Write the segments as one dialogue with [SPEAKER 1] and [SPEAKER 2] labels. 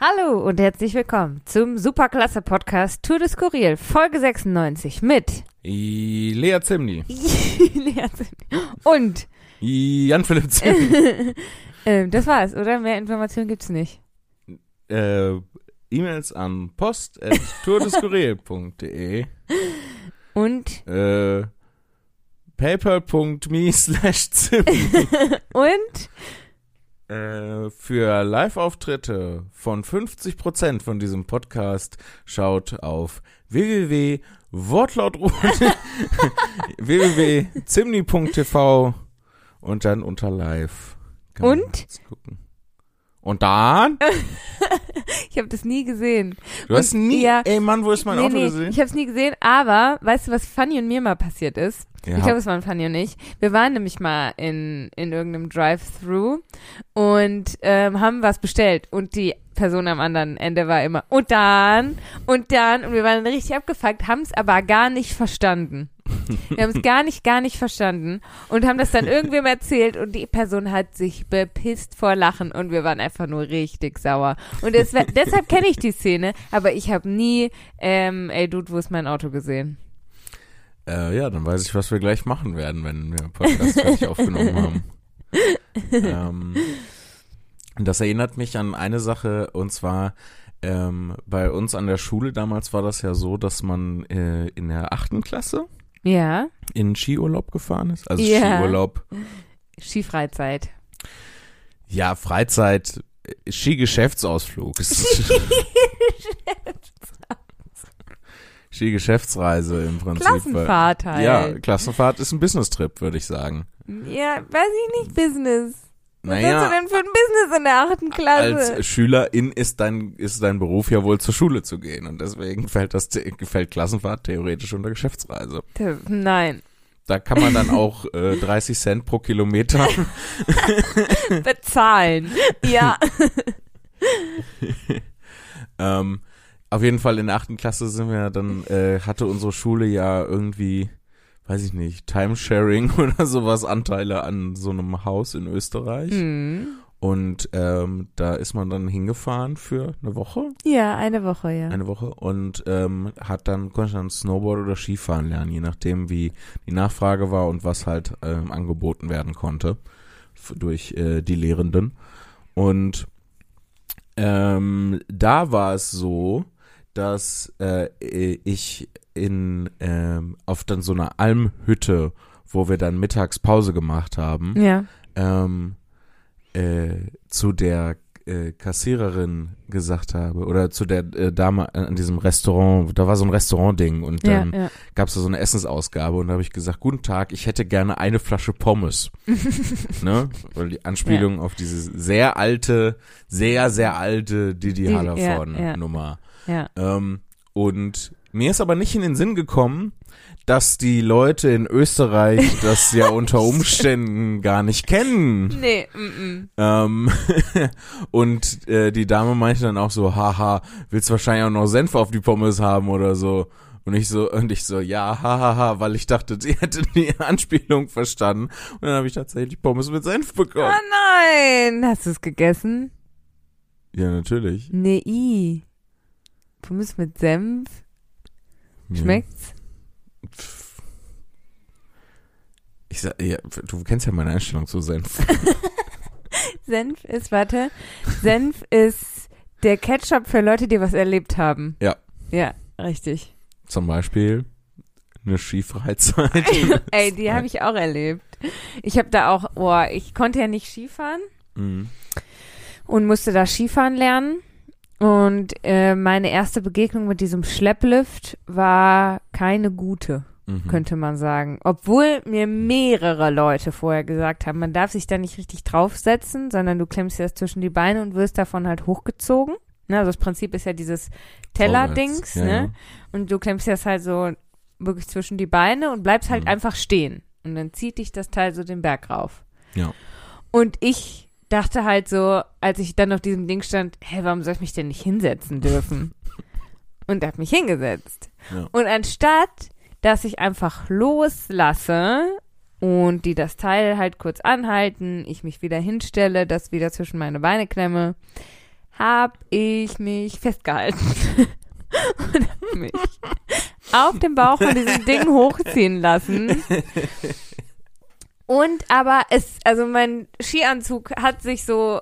[SPEAKER 1] Hallo und herzlich willkommen zum Superklasse Podcast Tour de Skurril, Folge 96 mit
[SPEAKER 2] I- Lea Zimni.
[SPEAKER 1] Lea Zimni. und
[SPEAKER 2] I- Jan-Philipp Zimni.
[SPEAKER 1] ähm, das war's, oder? Mehr Informationen gibt's nicht.
[SPEAKER 2] äh, E-Mails an post.tourdeskurril.de
[SPEAKER 1] Und
[SPEAKER 2] äh, paypal.me slash Zimni.
[SPEAKER 1] und
[SPEAKER 2] Äh, für Live-Auftritte von 50% von diesem Podcast schaut auf www.wortlautrode www.zimni.tv und dann unter Live. Kann man
[SPEAKER 1] Und?
[SPEAKER 2] jetzt Gucken. Und dann?
[SPEAKER 1] ich habe das nie gesehen.
[SPEAKER 2] Du hast
[SPEAKER 1] Und-
[SPEAKER 2] nie,
[SPEAKER 1] ja.
[SPEAKER 2] ey Mann, wo ist mein
[SPEAKER 1] nee,
[SPEAKER 2] Auto
[SPEAKER 1] nee,
[SPEAKER 2] gesehen?
[SPEAKER 1] ich habe es nie gesehen, aber weißt du, was Fanny und mir mal passiert ist?
[SPEAKER 2] Ja.
[SPEAKER 1] Ich glaube, es waren Fanny und ich. Wir waren nämlich mal in, in irgendeinem Drive-Thru und ähm, haben was bestellt. Und die Person am anderen Ende war immer, und dann, und dann. Und wir waren richtig abgefuckt, haben es aber gar nicht verstanden. Wir haben es gar nicht, gar nicht verstanden und haben das dann irgendwem erzählt und die Person hat sich bepisst vor Lachen und wir waren einfach nur richtig sauer. Und es war, deshalb kenne ich die Szene, aber ich habe nie, ähm, ey Dude, wo ist mein Auto gesehen?
[SPEAKER 2] Äh, ja, dann weiß ich, was wir gleich machen werden, wenn wir Podcast fertig aufgenommen haben. ähm, das erinnert mich an eine Sache, und zwar ähm, bei uns an der Schule damals war das ja so, dass man äh, in der achten Klasse
[SPEAKER 1] Ja,
[SPEAKER 2] in Skiurlaub gefahren ist. Also
[SPEAKER 1] Ja.
[SPEAKER 2] Skiurlaub,
[SPEAKER 1] Skifreizeit.
[SPEAKER 2] ja, Freizeit, äh, Skigeschäftsausflug. Es ist- Skigeschäftsreise im Prinzip. weil-
[SPEAKER 1] Klassenfahrt halt.
[SPEAKER 2] Ja, Klassenfahrt ist ein Business-Trip, würde ich sagen.
[SPEAKER 1] Ja, weiß ich nicht, Business. Was
[SPEAKER 2] Naja.
[SPEAKER 1] hast du denn für ein Business in der achten Klasse?
[SPEAKER 2] als Schülerin ist dein, ist dein Beruf ja wohl zur Schule zu gehen und deswegen fällt das fällt Klassenfahrt theoretisch unter Geschäftsreise.
[SPEAKER 1] T- Nein,
[SPEAKER 2] Da kann man dann auch äh, 30 Cent pro Kilometer.
[SPEAKER 1] bezahlen. ja.
[SPEAKER 2] ähm, auf jeden Fall in der achten Klasse sind wir dann äh, hatte unsere Schule ja irgendwie, weiß ich nicht, Timesharing oder sowas Anteile an so einem Haus in Österreich
[SPEAKER 1] Hm.
[SPEAKER 2] und ähm, da ist man dann hingefahren für eine Woche.
[SPEAKER 1] Ja, eine Woche, ja.
[SPEAKER 2] eine Woche und ähm, hat dann konnte dann Snowboard oder Skifahren lernen, je nachdem wie die Nachfrage war und was halt ähm, angeboten werden konnte f- durch äh, die Lehrenden. Und ähm, da war es so, dass äh, ich in ähm, auf dann so einer Almhütte, wo wir dann Mittagspause gemacht haben,
[SPEAKER 1] ja.
[SPEAKER 2] ähm, äh, zu der äh, Kassiererin gesagt habe oder zu der äh, Dame an an diesem Restaurant, da war so ein Restaurant-Ding und
[SPEAKER 1] Ja,
[SPEAKER 2] dann
[SPEAKER 1] ja.
[SPEAKER 2] gab's da so eine Essensausgabe und da habe ich gesagt, guten Tag, ich hätte gerne eine Flasche Pommes. ne? Weil die Anspielung auf diese sehr alte, sehr, sehr alte Didi
[SPEAKER 1] Die- ja, ja.
[SPEAKER 2] Hallerforn-Nummer.
[SPEAKER 1] ja.
[SPEAKER 2] Ähm, und mir ist aber nicht in den Sinn gekommen, dass die Leute in Österreich das ja unter Umständen gar nicht kennen.
[SPEAKER 1] Nee, mm,
[SPEAKER 2] Ähm, und äh, die Dame meinte dann auch so, haha, willst wahrscheinlich auch noch Senf auf die Pommes haben oder so. Und ich so, und ich so, ja, hahaha, weil ich dachte, sie hätte die Anspielung verstanden. Und dann habe ich tatsächlich Pommes mit Senf
[SPEAKER 1] Oh
[SPEAKER 2] bekommen.
[SPEAKER 1] nein, hast du es gegessen?
[SPEAKER 2] Ja, natürlich.
[SPEAKER 1] Nee, i. Pommes mit Senf.
[SPEAKER 2] Hm.
[SPEAKER 1] Schmeckt's?
[SPEAKER 2] Ja. Pff. Ich sag, ja, du kennst ja meine Einstellung zu Senf.
[SPEAKER 1] Senf ist, warte, Senf ist der Ketchup für Leute, die was erlebt haben.
[SPEAKER 2] Ja.
[SPEAKER 1] Ja, richtig.
[SPEAKER 2] Zum Beispiel eine Skifreizeit.
[SPEAKER 1] Ey, die habe ich auch erlebt. Ich habe da auch, boah, ich konnte ja nicht Skifahren
[SPEAKER 2] Mhm.
[SPEAKER 1] und musste da Skifahren lernen. Und äh, meine erste Begegnung mit diesem Schlepplift war keine gute,
[SPEAKER 2] Mhm.
[SPEAKER 1] könnte man sagen. Obwohl mir
[SPEAKER 2] Hm.
[SPEAKER 1] mehrere Leute vorher gesagt haben, man darf sich da nicht richtig draufsetzen, sondern du klemmst dir das zwischen die Beine und wirst davon halt hochgezogen. Ne, also das Prinzip ist ja dieses Teller-Dings,
[SPEAKER 2] Vorwärts. Ja,
[SPEAKER 1] ne?
[SPEAKER 2] ja.
[SPEAKER 1] Und du klemmst dir das halt so wirklich zwischen die Beine und bleibst halt
[SPEAKER 2] Mhm.
[SPEAKER 1] einfach stehen. Und dann zieht dich das Teil so den Berg rauf.
[SPEAKER 2] Ja.
[SPEAKER 1] Und ich dachte halt so, als ich dann auf diesem Ding stand, hä, warum soll ich mich denn nicht hinsetzen dürfen? und hab mich hingesetzt.
[SPEAKER 2] Ja.
[SPEAKER 1] Und anstatt, dass ich einfach loslasse und die das Teil halt kurz anhalten, ich mich wieder hinstelle, das wieder zwischen meine Beine klemme, habe ich mich festgehalten und hab mich auf dem Bauch von diesem Ding hochziehen lassen. Und aber es, also mein Skianzug hat sich so,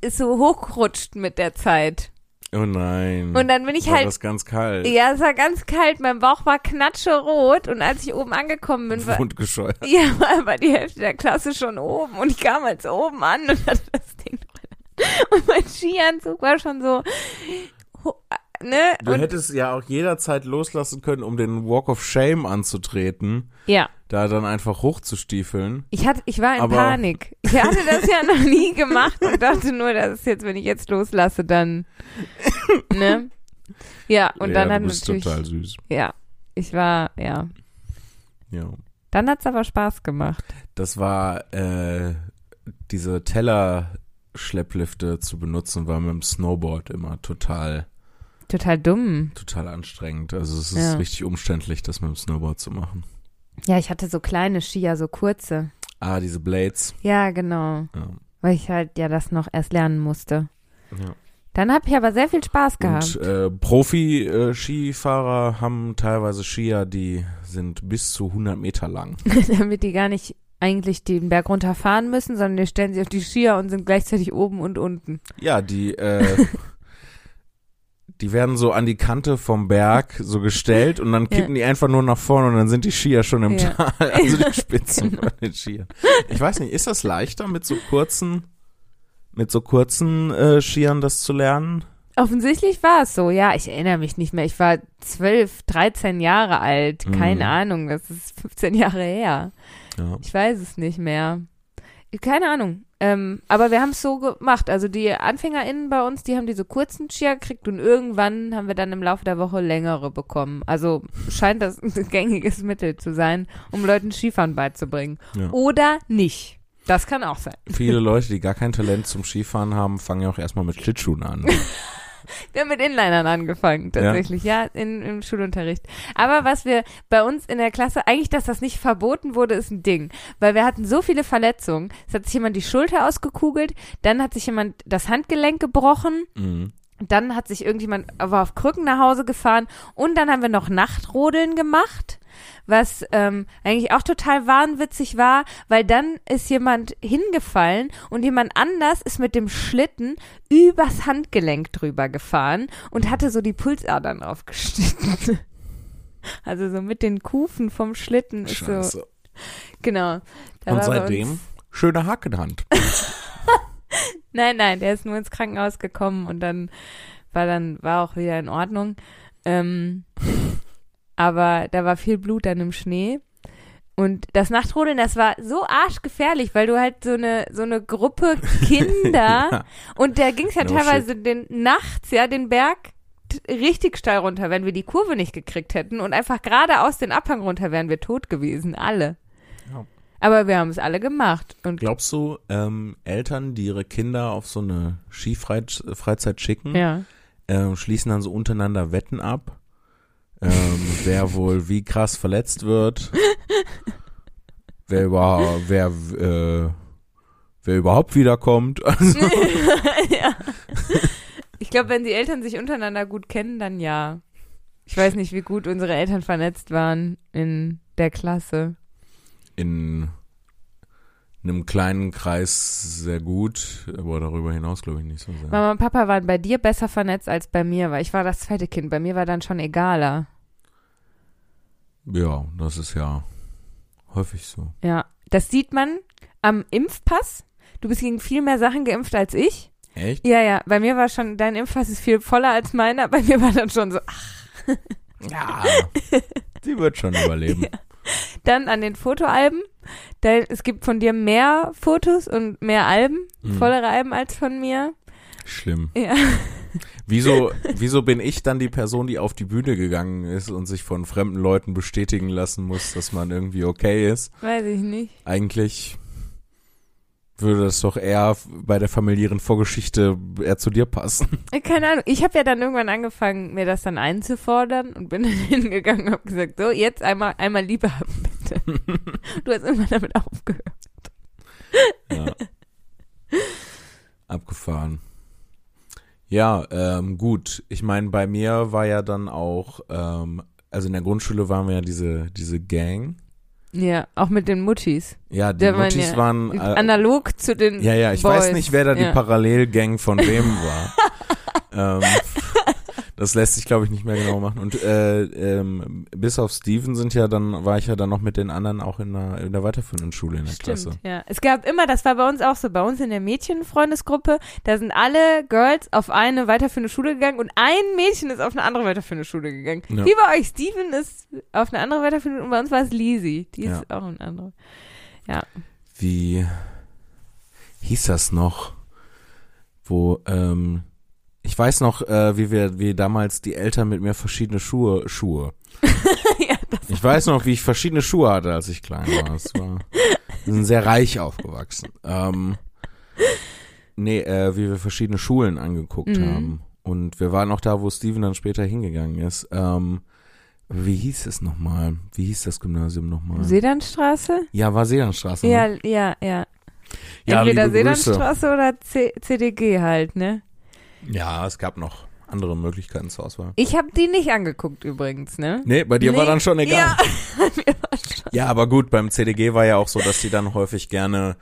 [SPEAKER 1] ist so hochgerutscht mit der Zeit.
[SPEAKER 2] Oh nein.
[SPEAKER 1] Und dann bin ich
[SPEAKER 2] war
[SPEAKER 1] halt
[SPEAKER 2] das ganz kalt.
[SPEAKER 1] ja, es war ganz kalt, mein Bauch war knatscherot und als ich oben angekommen bin, war,
[SPEAKER 2] Wundgescheuert.
[SPEAKER 1] ja, war, war die Hälfte der Klasse schon oben und ich kam als oben an und hatte das Ding drin. Und mein Skianzug war schon so, ho- ne?
[SPEAKER 2] Du
[SPEAKER 1] Und,
[SPEAKER 2] hättest ja auch jederzeit loslassen können, um den Walk of Shame anzutreten,
[SPEAKER 1] ja,
[SPEAKER 2] da dann einfach hochzustiefeln.
[SPEAKER 1] ich hatte, ich war in
[SPEAKER 2] Aber-
[SPEAKER 1] Panik. Ich hatte das ja noch nie gemacht und dachte nur, dass es jetzt, wenn ich jetzt loslasse, dann, ne? Ja, und
[SPEAKER 2] ja,
[SPEAKER 1] dann hat
[SPEAKER 2] du bist
[SPEAKER 1] natürlich,
[SPEAKER 2] total süß.
[SPEAKER 1] ja, ich war, ja.
[SPEAKER 2] Ja.
[SPEAKER 1] Dann hat's aber Spaß gemacht.
[SPEAKER 2] Das war äh, diese Teller-Schlepplifte zu benutzen, war mit dem Snowboard immer total,
[SPEAKER 1] Total dumm.
[SPEAKER 2] total anstrengend. Also es ist
[SPEAKER 1] Ja.
[SPEAKER 2] richtig umständlich, das mit dem Snowboard zu machen.
[SPEAKER 1] Ja, ich hatte so kleine Skier, so kurze.
[SPEAKER 2] Ah, diese Blades.
[SPEAKER 1] Ja, genau.
[SPEAKER 2] Ja.
[SPEAKER 1] Weil ich halt ja das noch erst lernen musste.
[SPEAKER 2] Ja.
[SPEAKER 1] Dann habe ich aber sehr viel Spaß gehabt.
[SPEAKER 2] Und äh, Profi-Skifahrer haben teilweise Skier, die sind bis zu 100 Meter lang.
[SPEAKER 1] damit die gar nicht eigentlich den Berg runterfahren müssen, sondern die stellen sich auf die Skier und sind gleichzeitig oben und unten.
[SPEAKER 2] Ja, die, äh, die werden so an die Kante vom Berg so gestellt und dann
[SPEAKER 1] Ja.
[SPEAKER 2] kippen die einfach nur nach vorne und dann sind die Skier schon im
[SPEAKER 1] Ja.
[SPEAKER 2] Tal. Also die Spitzen von den Skiern. Ich weiß nicht, ist das leichter mit so kurzen, mit so kurzen äh, Skiern das zu lernen?
[SPEAKER 1] Offensichtlich war es so, ja, ich erinnere mich nicht mehr. Ich war 12, 13 Jahre alt, keine
[SPEAKER 2] Mhm.
[SPEAKER 1] Ahnung, das ist 15 Jahre her.
[SPEAKER 2] Ja.
[SPEAKER 1] Ich weiß es nicht mehr. Keine Ahnung. Ähm, aber wir haben es so gemacht. Also die AnfängerInnen bei uns, die haben diese kurzen Skier gekriegt und irgendwann haben wir dann im Laufe der Woche längere bekommen. Also scheint das ein gängiges Mittel zu sein, um Leuten Skifahren beizubringen.
[SPEAKER 2] Ja.
[SPEAKER 1] Oder nicht. Das kann auch sein.
[SPEAKER 2] Viele Leute, die gar kein Talent zum Skifahren haben, fangen ja auch erstmal mit Schlittschuhen an.
[SPEAKER 1] Wir haben mit Inlinern angefangen, tatsächlich, ja, in, im Schulunterricht. Aber was wir bei uns in der Klasse, eigentlich, dass das nicht verboten wurde, ist ein Ding. Weil wir hatten so viele Verletzungen. Es hat sich jemand die Schulter ausgekugelt, dann hat sich jemand das Handgelenk gebrochen,
[SPEAKER 2] Mhm.
[SPEAKER 1] dann hat sich irgendjemand aber auf Krücken nach Hause gefahren und dann haben wir noch Nachtrodeln gemacht. Was ähm, eigentlich auch total wahnwitzig war, weil dann ist jemand hingefallen und jemand anders ist mit dem Schlitten übers Handgelenk drüber gefahren und hatte so die Pulsadern aufgeschnitten. Also so mit den Kufen vom Schlitten ist so.
[SPEAKER 2] Scheiße.
[SPEAKER 1] Genau. Da
[SPEAKER 2] Und
[SPEAKER 1] war bei
[SPEAKER 2] seitdem
[SPEAKER 1] Uns,
[SPEAKER 2] schöne Hakenhand.
[SPEAKER 1] nein, nein, der ist nur ins Krankenhaus gekommen und dann war dann, war auch wieder in Ordnung. Ähm, aber da war viel Blut dann im Schnee. Und das Nachtrodeln, das war so arschgefährlich, weil du halt so eine, so eine Gruppe Kinder
[SPEAKER 2] Ja.
[SPEAKER 1] Und da ging's ja
[SPEAKER 2] No
[SPEAKER 1] teilweise den nachts, ja, den Berg t- richtig steil runter. Wenn wir die Kurve nicht gekriegt hätten und einfach geradeaus den Abhang runter, wären wir tot gewesen, alle.
[SPEAKER 2] Ja.
[SPEAKER 1] Aber wir haben es alle gemacht. Und
[SPEAKER 2] Glaubst du, ähm, Eltern, die ihre Kinder auf so eine Skifreizeit schicken,
[SPEAKER 1] ja.
[SPEAKER 2] ähm, schließen dann so untereinander Wetten ab, ähm, wer wohl wie krass verletzt wird, wer, über, wer, äh, wer überhaupt wiederkommt. Also,
[SPEAKER 1] ja. Ich glaube, wenn die Eltern sich untereinander gut kennen, dann ja. Ich weiß nicht, wie gut unsere Eltern vernetzt waren in der Klasse.
[SPEAKER 2] in einem kleinen Kreis sehr gut, aber darüber hinaus glaube ich nicht so sehr.
[SPEAKER 1] Mama und Papa waren bei dir besser vernetzt als bei mir, weil ich war das zweite Kind. Bei mir war dann schon egaler.
[SPEAKER 2] Ja, das ist ja häufig so.
[SPEAKER 1] Ja, das sieht man am Impfpass. Du bist gegen viel mehr Sachen geimpft als ich.
[SPEAKER 2] Echt?
[SPEAKER 1] Ja, ja, bei mir war schon, dein Impfpass ist viel voller als meiner. Bei mir war dann schon so, ach,
[SPEAKER 2] Ja. Die wird schon überleben.
[SPEAKER 1] dann an den Fotoalben. Dein, es gibt von dir mehr Fotos und mehr Alben,
[SPEAKER 2] Mhm.
[SPEAKER 1] vollere Alben als von mir.
[SPEAKER 2] Schlimm.
[SPEAKER 1] Ja.
[SPEAKER 2] Wieso, wieso bin ich dann die Person, die auf die Bühne gegangen ist und sich von fremden Leuten bestätigen lassen muss, dass man irgendwie okay ist?
[SPEAKER 1] Weiß ich nicht.
[SPEAKER 2] Eigentlich würde das doch eher bei der familiären Vorgeschichte eher zu dir passen.
[SPEAKER 1] Äh, Keine Ahnung. Ich habe ja dann irgendwann angefangen, mir das dann einzufordern und bin dann hingegangen und habe gesagt, so, jetzt einmal, einmal Liebe haben, bitte. du hast irgendwann damit aufgehört.
[SPEAKER 2] Ja. Abgefahren. Ja, ähm, gut. Ich meine, bei mir war ja dann auch, ähm, also in der Grundschule waren wir ja diese, diese Gang.
[SPEAKER 1] Ja, auch mit den Muttis.
[SPEAKER 2] Ja, die
[SPEAKER 1] Der waren
[SPEAKER 2] Muttis
[SPEAKER 1] ja-
[SPEAKER 2] waren. äh,
[SPEAKER 1] Analog zu den
[SPEAKER 2] ja, ja, ich
[SPEAKER 1] Boys.
[SPEAKER 2] weiß nicht, wer da die
[SPEAKER 1] ja.
[SPEAKER 2] Parallelgang von wem war. ähm, das lässt sich, glaube ich, nicht mehr genau machen. Und äh, ähm, bis auf Steven sind ja dann, war ich ja dann noch mit den anderen auch in der, in der weiterführenden Schule in der Klasse.
[SPEAKER 1] Stimmt, ja. Es gab immer, das war bei uns auch so, bei uns in der Mädchenfreundesgruppe, da sind alle Girls auf eine weiterführende Schule gegangen und ein Mädchen ist auf eine andere weiterführende Schule gegangen.
[SPEAKER 2] Ja.
[SPEAKER 1] Wie bei euch, Steven ist auf eine andere weiterführende und bei uns war es Lisi. Die ist auch eine andere.
[SPEAKER 2] wie hieß das noch, wo ähm, ich weiß noch, äh, wie wir, wie damals die Eltern mit mir verschiedene Schuhe, Schuhe.
[SPEAKER 1] ja, das,
[SPEAKER 2] Ich weiß noch, wie ich verschiedene Schuhe hatte, als ich klein war. Es war, wir sind sehr reich aufgewachsen. Ähm, nee, äh, wie wir verschiedene Schulen angeguckt
[SPEAKER 1] Mhm.
[SPEAKER 2] haben. Und wir waren auch da, wo Steven dann später hingegangen ist. Ähm, wie hieß es nochmal? Wie hieß das Gymnasium nochmal?
[SPEAKER 1] Sedanstraße?
[SPEAKER 2] ja, war Seelandstraße.
[SPEAKER 1] Ja,
[SPEAKER 2] ne?
[SPEAKER 1] ja, ja.
[SPEAKER 2] ja
[SPEAKER 1] Entweder
[SPEAKER 2] liebe Grüße.
[SPEAKER 1] Sedanstraße oder C CDG halt, ne?
[SPEAKER 2] Ja, es gab noch andere Möglichkeiten zur Auswahl.
[SPEAKER 1] Ich habe die nicht angeguckt übrigens, ne?
[SPEAKER 2] Nee, bei dir war
[SPEAKER 1] Nee.
[SPEAKER 2] dann schon egal.
[SPEAKER 1] Ja,
[SPEAKER 2] Ja. aber gut, beim CDG war ja auch so, dass die dann häufig gerne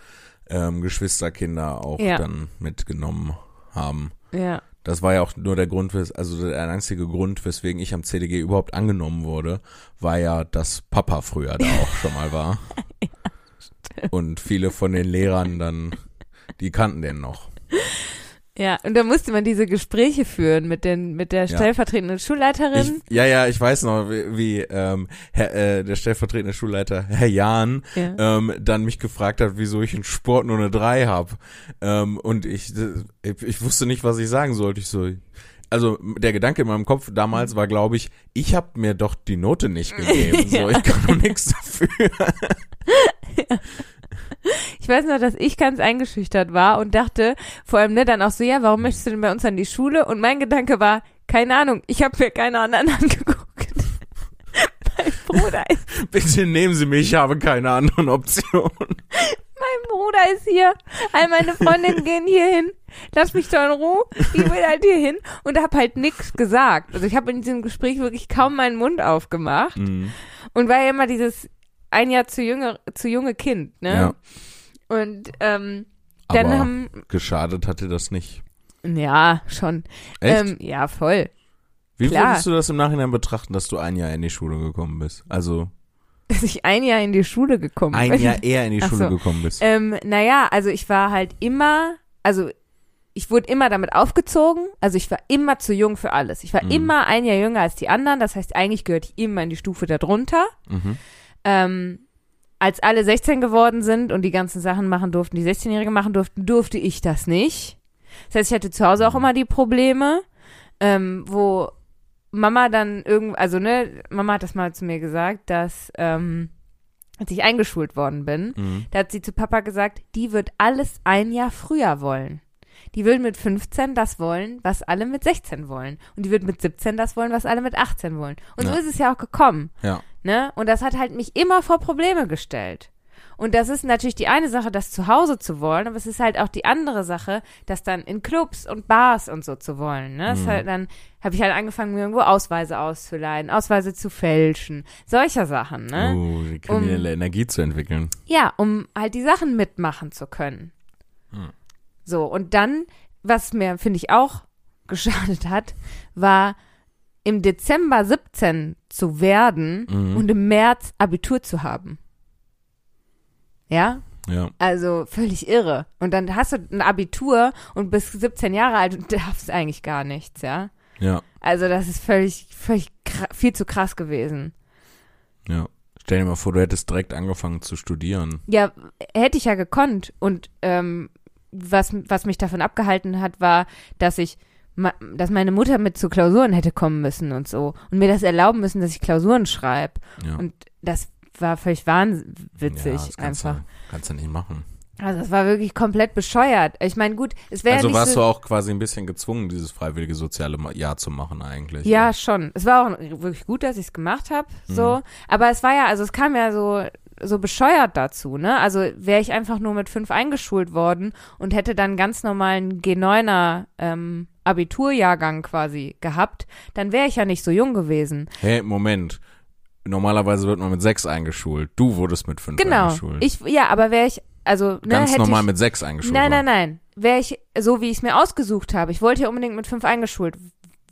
[SPEAKER 2] ähm, Geschwisterkinder auch
[SPEAKER 1] Ja.
[SPEAKER 2] dann mitgenommen haben.
[SPEAKER 1] ja.
[SPEAKER 2] Das war ja auch nur der Grund, wes- also der einzige Grund, weswegen ich am CDG überhaupt angenommen wurde, war ja, dass Papa früher da auch schon mal war. Und viele von den Lehrern dann, die kannten den noch.
[SPEAKER 1] Ja, und da musste man diese Gespräche führen mit, den, mit der
[SPEAKER 2] Ja.
[SPEAKER 1] stellvertretenden Schulleiterin.
[SPEAKER 2] Ich, ja, ja, ich weiß noch, wie, wie ähm, Herr, äh, der stellvertretende Schulleiter, Herr Jahn,
[SPEAKER 1] Ja.
[SPEAKER 2] ähm, dann mich gefragt hat, wieso ich in Sport nur eine 3 habe. Ähm, und ich, ich, ich wusste nicht, was ich sagen sollte. Ich so, also der Gedanke in meinem Kopf damals war, glaube ich, ich habe mir doch die Note nicht gegeben. So, ich kann doch nichts dafür.
[SPEAKER 1] Ich weiß noch, dass ich ganz eingeschüchtert war und dachte, vor allem ne, dann auch so, ja, warum möchtest du denn bei uns an die Schule? Und mein Gedanke war, keine Ahnung, ich habe mir keine anderen angeguckt. mein Bruder ist,
[SPEAKER 2] Bitte nehmen Sie mich, ich habe keine anderen Optionen.
[SPEAKER 1] mein Bruder ist hier. All meine Freundinnen gehen hier hin. Lass mich doch in Ruhe. Ich will halt hier hin und habe halt nix gesagt. Also ich habe in diesem Gespräch wirklich kaum meinen Mund aufgemacht und war ja immer dieses ein Jahr zu junge, zu junge Kind, ne? Und ähm, dann
[SPEAKER 2] Aber
[SPEAKER 1] haben
[SPEAKER 2] geschadet hatte das nicht.
[SPEAKER 1] ja schon
[SPEAKER 2] Echt?
[SPEAKER 1] Ähm, ja voll
[SPEAKER 2] Wie
[SPEAKER 1] klar.
[SPEAKER 2] würdest du das im Nachhinein betrachten, dass du ein Jahr in die Schule gekommen bist? Also
[SPEAKER 1] dass ich ein Jahr in die Schule gekommen
[SPEAKER 2] ein
[SPEAKER 1] bin.
[SPEAKER 2] Jahr eher in die
[SPEAKER 1] Ach
[SPEAKER 2] Schule
[SPEAKER 1] so.
[SPEAKER 2] gekommen bist.
[SPEAKER 1] Ähm, naja, also ich war halt immer, also ich wurde immer damit aufgezogen, also ich war immer zu jung für alles. Ich war
[SPEAKER 2] Mhm.
[SPEAKER 1] immer ein Jahr jünger als die anderen, das heißt, eigentlich gehörte ich immer in die Stufe darunter.
[SPEAKER 2] Mhm.
[SPEAKER 1] Ähm, als alle 16 geworden sind und die ganzen Sachen machen durften, die 16-Jährigen machen durften, durfte ich das nicht. Das heißt, ich hatte zu
[SPEAKER 2] Mhm.
[SPEAKER 1] Hause auch immer die Probleme, ähm, wo Mama dann irgend, also ne, Mama hat das mal zu mir gesagt, dass ähm, als ich eingeschult worden bin,
[SPEAKER 2] Mhm.
[SPEAKER 1] da hat sie zu Papa gesagt, die wird alles ein Jahr früher wollen. Die will mit 15 das wollen, was alle mit 16 wollen. Und die wird mit 17 das wollen, was alle mit 18 wollen. Und so
[SPEAKER 2] Ja.
[SPEAKER 1] ist es ja auch gekommen.
[SPEAKER 2] Ja.
[SPEAKER 1] Ne? Und das hat halt mich immer vor Probleme gestellt. Und das ist natürlich die eine Sache, das zu Hause zu wollen, aber es ist halt auch die andere Sache, das dann in Clubs und Bars und so zu wollen. Ne? Das ist halt, dann habe ich halt angefangen, mir irgendwo Ausweise auszuleihen, Ausweise zu fälschen, solcher Sachen. Ne?
[SPEAKER 2] Oh, die kriminelle Energie zu entwickeln.
[SPEAKER 1] Ja, um halt die Sachen mitmachen zu können. So, und dann, was mir, finde ich, auch geschadet hat, war im Dezember 17 zu werden
[SPEAKER 2] Mhm. Hm?
[SPEAKER 1] und im März Abitur zu haben. Ja,
[SPEAKER 2] Ja.
[SPEAKER 1] also völlig irre. Und dann hast du ein Abitur und bist 17 Jahre alt und darfst eigentlich gar nichts, ja.
[SPEAKER 2] Ja.
[SPEAKER 1] Also das ist völlig, völlig kra- viel zu krass gewesen.
[SPEAKER 2] Ja. Stell dir mal vor, du hättest direkt angefangen zu studieren.
[SPEAKER 1] Ja, hätte ich ja gekonnt. Und ähm, was, was mich davon abgehalten hat, war, dass ich, ma- dass meine Mutter mit zu Klausuren hätte kommen müssen und so. Und mir das erlauben müssen, dass ich Klausuren schreibe.
[SPEAKER 2] Ja.
[SPEAKER 1] Und das war völlig
[SPEAKER 2] ja,
[SPEAKER 1] wahnwitzig
[SPEAKER 2] das kannst
[SPEAKER 1] einfach.
[SPEAKER 2] Du, kannst du nicht machen.
[SPEAKER 1] Also das war wirklich komplett bescheuert. Ich meine, gut, es wäre ja
[SPEAKER 2] also
[SPEAKER 1] nicht
[SPEAKER 2] warst
[SPEAKER 1] so,
[SPEAKER 2] du auch quasi ein bisschen gezwungen, dieses freiwillige soziale Ma- Jahr zu machen eigentlich. Mhm.
[SPEAKER 1] Ja, schon. Es war auch wirklich gut, dass ich es gemacht habe. So. Aber es war ja, also es kam ja so so bescheuert dazu, ne? Also wäre ich einfach nur mit fünf eingeschult worden und hätte dann ganz normalen G9er ähm, Abiturjahrgang quasi gehabt, dann wäre ich ja nicht so jung gewesen.
[SPEAKER 2] Hey, Moment. Normalerweise wird man mit sechs eingeschult. Du wurdest mit fünf
[SPEAKER 1] Genau.
[SPEAKER 2] eingeschult.
[SPEAKER 1] Ich, ja, aber wäre ich, also, ne,
[SPEAKER 2] Ganz
[SPEAKER 1] hätte
[SPEAKER 2] normal
[SPEAKER 1] ich,
[SPEAKER 2] mit sechs eingeschult.
[SPEAKER 1] Nein, nein, nein. Wäre ich so, wie ich es mir ausgesucht habe. Ich wollte ja unbedingt mit fünf eingeschult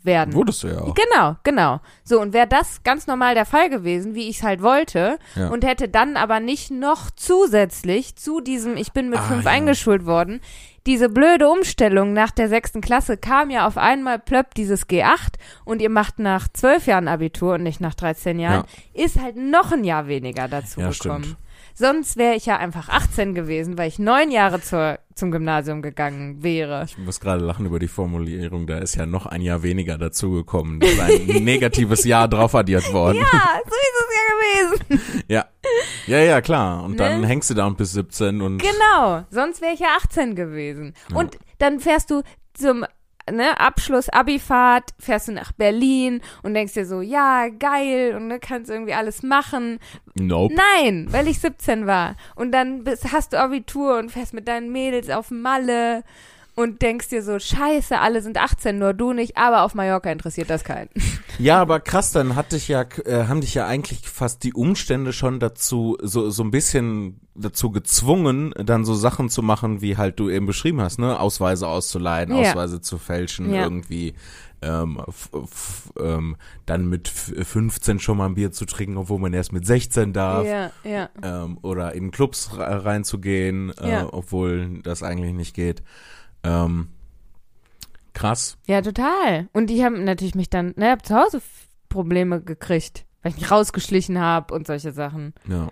[SPEAKER 1] werden.
[SPEAKER 2] Wurdest du ja auch.
[SPEAKER 1] Genau, genau. So, und wäre das ganz normal der Fall gewesen, wie ich es halt wollte,
[SPEAKER 2] Ja.
[SPEAKER 1] und hätte dann aber nicht noch zusätzlich zu diesem, ich bin mit
[SPEAKER 2] Ah,
[SPEAKER 1] fünf
[SPEAKER 2] ja.
[SPEAKER 1] eingeschult worden, diese blöde Umstellung nach der sechsten Klasse kam ja auf einmal plöpp dieses G8 und ihr macht nach zwölf Jahren Abitur und nicht nach 13 Jahren, ist halt noch ein Jahr weniger dazu
[SPEAKER 2] Ja,
[SPEAKER 1] gekommen.
[SPEAKER 2] stimmt.
[SPEAKER 1] Sonst wäre ich ja einfach 18 gewesen, weil ich neun Jahre zur, zum Gymnasium gegangen wäre.
[SPEAKER 2] Ich muss gerade lachen über die Formulierung. Da ist ja noch ein Jahr weniger dazugekommen. Da ist ein negatives Jahr draufaddiert worden.
[SPEAKER 1] Ja, so ist es ja gewesen.
[SPEAKER 2] Ja. Ja, ja, klar. Und
[SPEAKER 1] Ne?
[SPEAKER 2] dann hängst du da und bis 17 und
[SPEAKER 1] Genau, sonst wäre ich ja 18 gewesen. Und dann fährst du zum ne, Abschluss Abifahrt, fährst du nach Berlin und denkst dir so, ja, geil und ne, kannst irgendwie alles machen. Genau.
[SPEAKER 2] nope.
[SPEAKER 1] Nein, weil ich 17 war. Und dann bist, hast du Abitur und fährst mit deinen Mädels auf Malle und denkst dir so, scheiße, alle sind 18, nur du nicht, aber auf Mallorca interessiert das keinen.
[SPEAKER 2] Ja, aber krass, dann hat dich ja, äh, haben dich ja eigentlich fast die Umstände schon dazu, so, so ein bisschen dazu gezwungen, dann so Sachen zu machen, wie halt du eben beschrieben hast, ne? Ausweise auszuleihen,
[SPEAKER 1] Ja.
[SPEAKER 2] Ausweise zu fälschen,
[SPEAKER 1] Ja.
[SPEAKER 2] irgendwie ähm, f, f, ähm, dann mit f- 15 schon mal ein Bier zu trinken, obwohl man erst mit 16 darf.
[SPEAKER 1] Ja, ja.
[SPEAKER 2] ähm, oder in Clubs re- reinzugehen, äh,
[SPEAKER 1] Ja.
[SPEAKER 2] obwohl das eigentlich nicht geht. Ähm, krass.
[SPEAKER 1] Ja, total. Und ich habe natürlich mich dann, ne, hab zu Hause F- Probleme gekriegt, weil ich mich rausgeschlichen habe und solche Sachen.
[SPEAKER 2] Ja.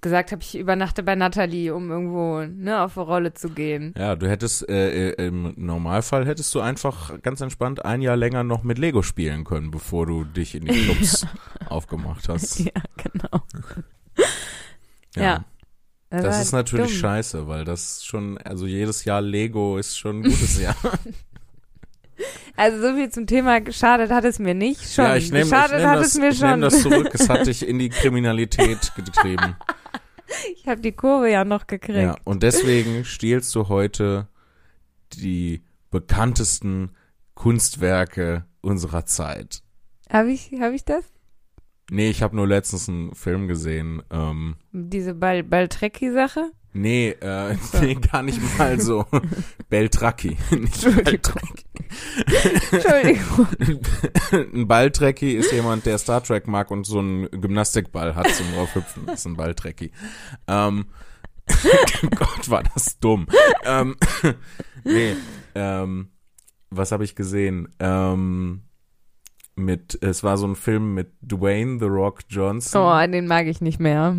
[SPEAKER 1] Gesagt habe, ich übernachte bei Nathalie, um irgendwo, ne, auf eine Rolle zu gehen.
[SPEAKER 2] ja, du hättest äh, äh, im Normalfall hättest du einfach ganz entspannt ein Jahr länger noch mit Lego spielen können, bevor du dich in die Clubs aufgemacht hast.
[SPEAKER 1] Ja, genau. Ja.
[SPEAKER 2] Das
[SPEAKER 1] war
[SPEAKER 2] ist natürlich
[SPEAKER 1] dumm.
[SPEAKER 2] scheiße, weil das schon, also jedes Jahr Lego ist schon ein gutes Jahr.
[SPEAKER 1] Also so viel zum Thema, geschadet hat es mir nicht schon.
[SPEAKER 2] ja, ich nehme nehm
[SPEAKER 1] geschadet hat
[SPEAKER 2] das,
[SPEAKER 1] es mir
[SPEAKER 2] ich nehm
[SPEAKER 1] schon.
[SPEAKER 2] das zurück. Es hat dich in die Kriminalität getrieben.
[SPEAKER 1] ich habe die Kurve ja noch gekriegt.
[SPEAKER 2] Ja, und deswegen stiehlst du heute die bekanntesten Kunstwerke unserer Zeit.
[SPEAKER 1] Habe ich, hab ich das?
[SPEAKER 2] Nee, ich habe nur letztens einen Film gesehen. Ähm,
[SPEAKER 1] Diese Bal Baltrecki-Sache?
[SPEAKER 2] nee, äh, nee, gar nicht mal so. Beltracchi. Nicht
[SPEAKER 1] Entschuldigung. Entschuldigung.
[SPEAKER 2] Bal- ein Balltrecki ist jemand, der Star Trek mag und so einen Gymnastikball hat zum draufhüpfen. Das ist ein Balltrecki. Ähm, Gott, war das dumm. Ähm, nee, ähm, was habe ich gesehen? Ähm, mit, es war so ein Film mit Dwayne The Rock Johnson.
[SPEAKER 1] Oh, den mag ich nicht mehr.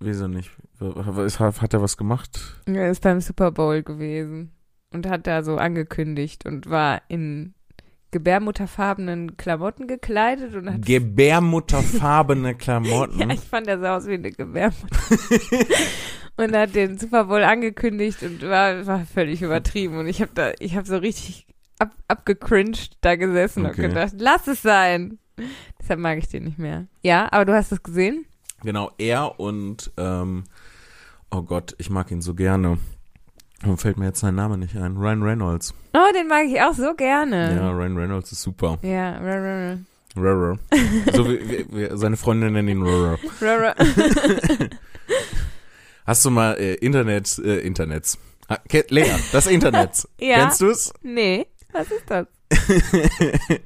[SPEAKER 2] Wieso nicht? Was- Hat er was gemacht?
[SPEAKER 1] Er ist beim Super Bowl gewesen und hat da so angekündigt und war in gebärmutterfarbenen Klamotten gekleidet und hat.
[SPEAKER 2] Gebärmutterfarbene Klamotten.
[SPEAKER 1] ja, ich fand er sah aus wie eine Gebärmutter. und hat den Super Bowl angekündigt und war, war völlig übertrieben. Und ich habe da, ich habe so richtig ab, abgecringed da gesessen
[SPEAKER 2] Okay.
[SPEAKER 1] und gedacht, lass es sein. Deshalb mag ich den nicht mehr. Ja, aber du hast es gesehen?
[SPEAKER 2] Genau, er und, ähm, oh Gott, ich mag ihn so gerne. Warum fällt mir jetzt sein Name nicht ein? Ryan Reynolds.
[SPEAKER 1] Oh, den mag ich auch so gerne.
[SPEAKER 2] Ja, Ryan Reynolds ist super.
[SPEAKER 1] Ja. Ja, rah, rah, rah.
[SPEAKER 2] Rara. So wie, wie, wie seine Freundin nennt ihn Rara.
[SPEAKER 1] Rah, rah.
[SPEAKER 2] Hast du mal äh, Internet, äh, Internets. Ha, ke- Lea, das Internet.
[SPEAKER 1] Ja.
[SPEAKER 2] Kennst du es?
[SPEAKER 1] Nee, was ist das?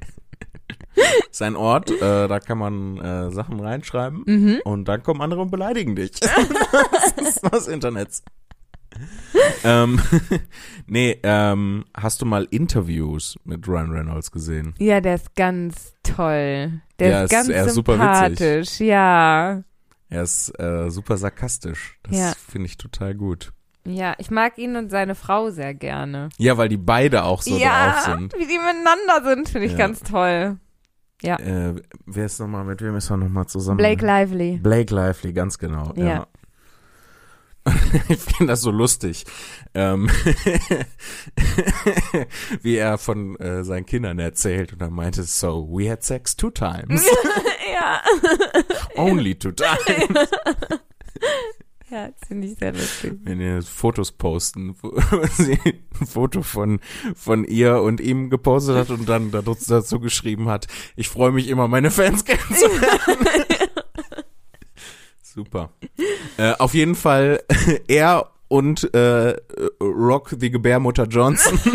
[SPEAKER 2] Ist ein Ort, äh, da kann man äh, Sachen reinschreiben
[SPEAKER 1] Mhm.
[SPEAKER 2] und dann kommen andere und beleidigen dich. das ist das Internet. ähm, nee, ähm, hast du mal Interviews mit Ryan Reynolds gesehen?
[SPEAKER 1] Ja, der ist ganz toll. Der
[SPEAKER 2] Ja,
[SPEAKER 1] ist
[SPEAKER 2] ist-
[SPEAKER 1] ganz
[SPEAKER 2] er ist super witzig.
[SPEAKER 1] sympathisch. Ja,
[SPEAKER 2] Er ist äh, super sarkastisch. Das
[SPEAKER 1] Ja.
[SPEAKER 2] finde ich total gut.
[SPEAKER 1] ja, ich mag ihn und seine Frau sehr gerne.
[SPEAKER 2] Ja, weil die beide auch so drauf
[SPEAKER 1] ja,
[SPEAKER 2] sind.
[SPEAKER 1] wie die miteinander sind, finde ich
[SPEAKER 2] Ja. Ähm.
[SPEAKER 1] ganz toll. Ja.
[SPEAKER 2] Äh, wer ist nochmal, mit wem ist er nochmal zusammen?
[SPEAKER 1] Blake Lively.
[SPEAKER 2] Blake Lively, ganz genau. Ja.
[SPEAKER 1] Ja.
[SPEAKER 2] ich finde das so lustig, ähm, wie er von äh, seinen Kindern erzählt und dann meinte, so, we had sex two times.
[SPEAKER 1] ja.
[SPEAKER 2] Only to die.
[SPEAKER 1] Ja, das finde ich sehr lustig.
[SPEAKER 2] Wenn ihr Fotos posten, wo sie ein Foto von, von ihr und ihm gepostet hat und dann dazu, dazu geschrieben hat, ich freue mich immer, meine Fans kennenzulernen. Super. Äh, auf jeden Fall er und äh, Rock die Gebärmutter Johnson.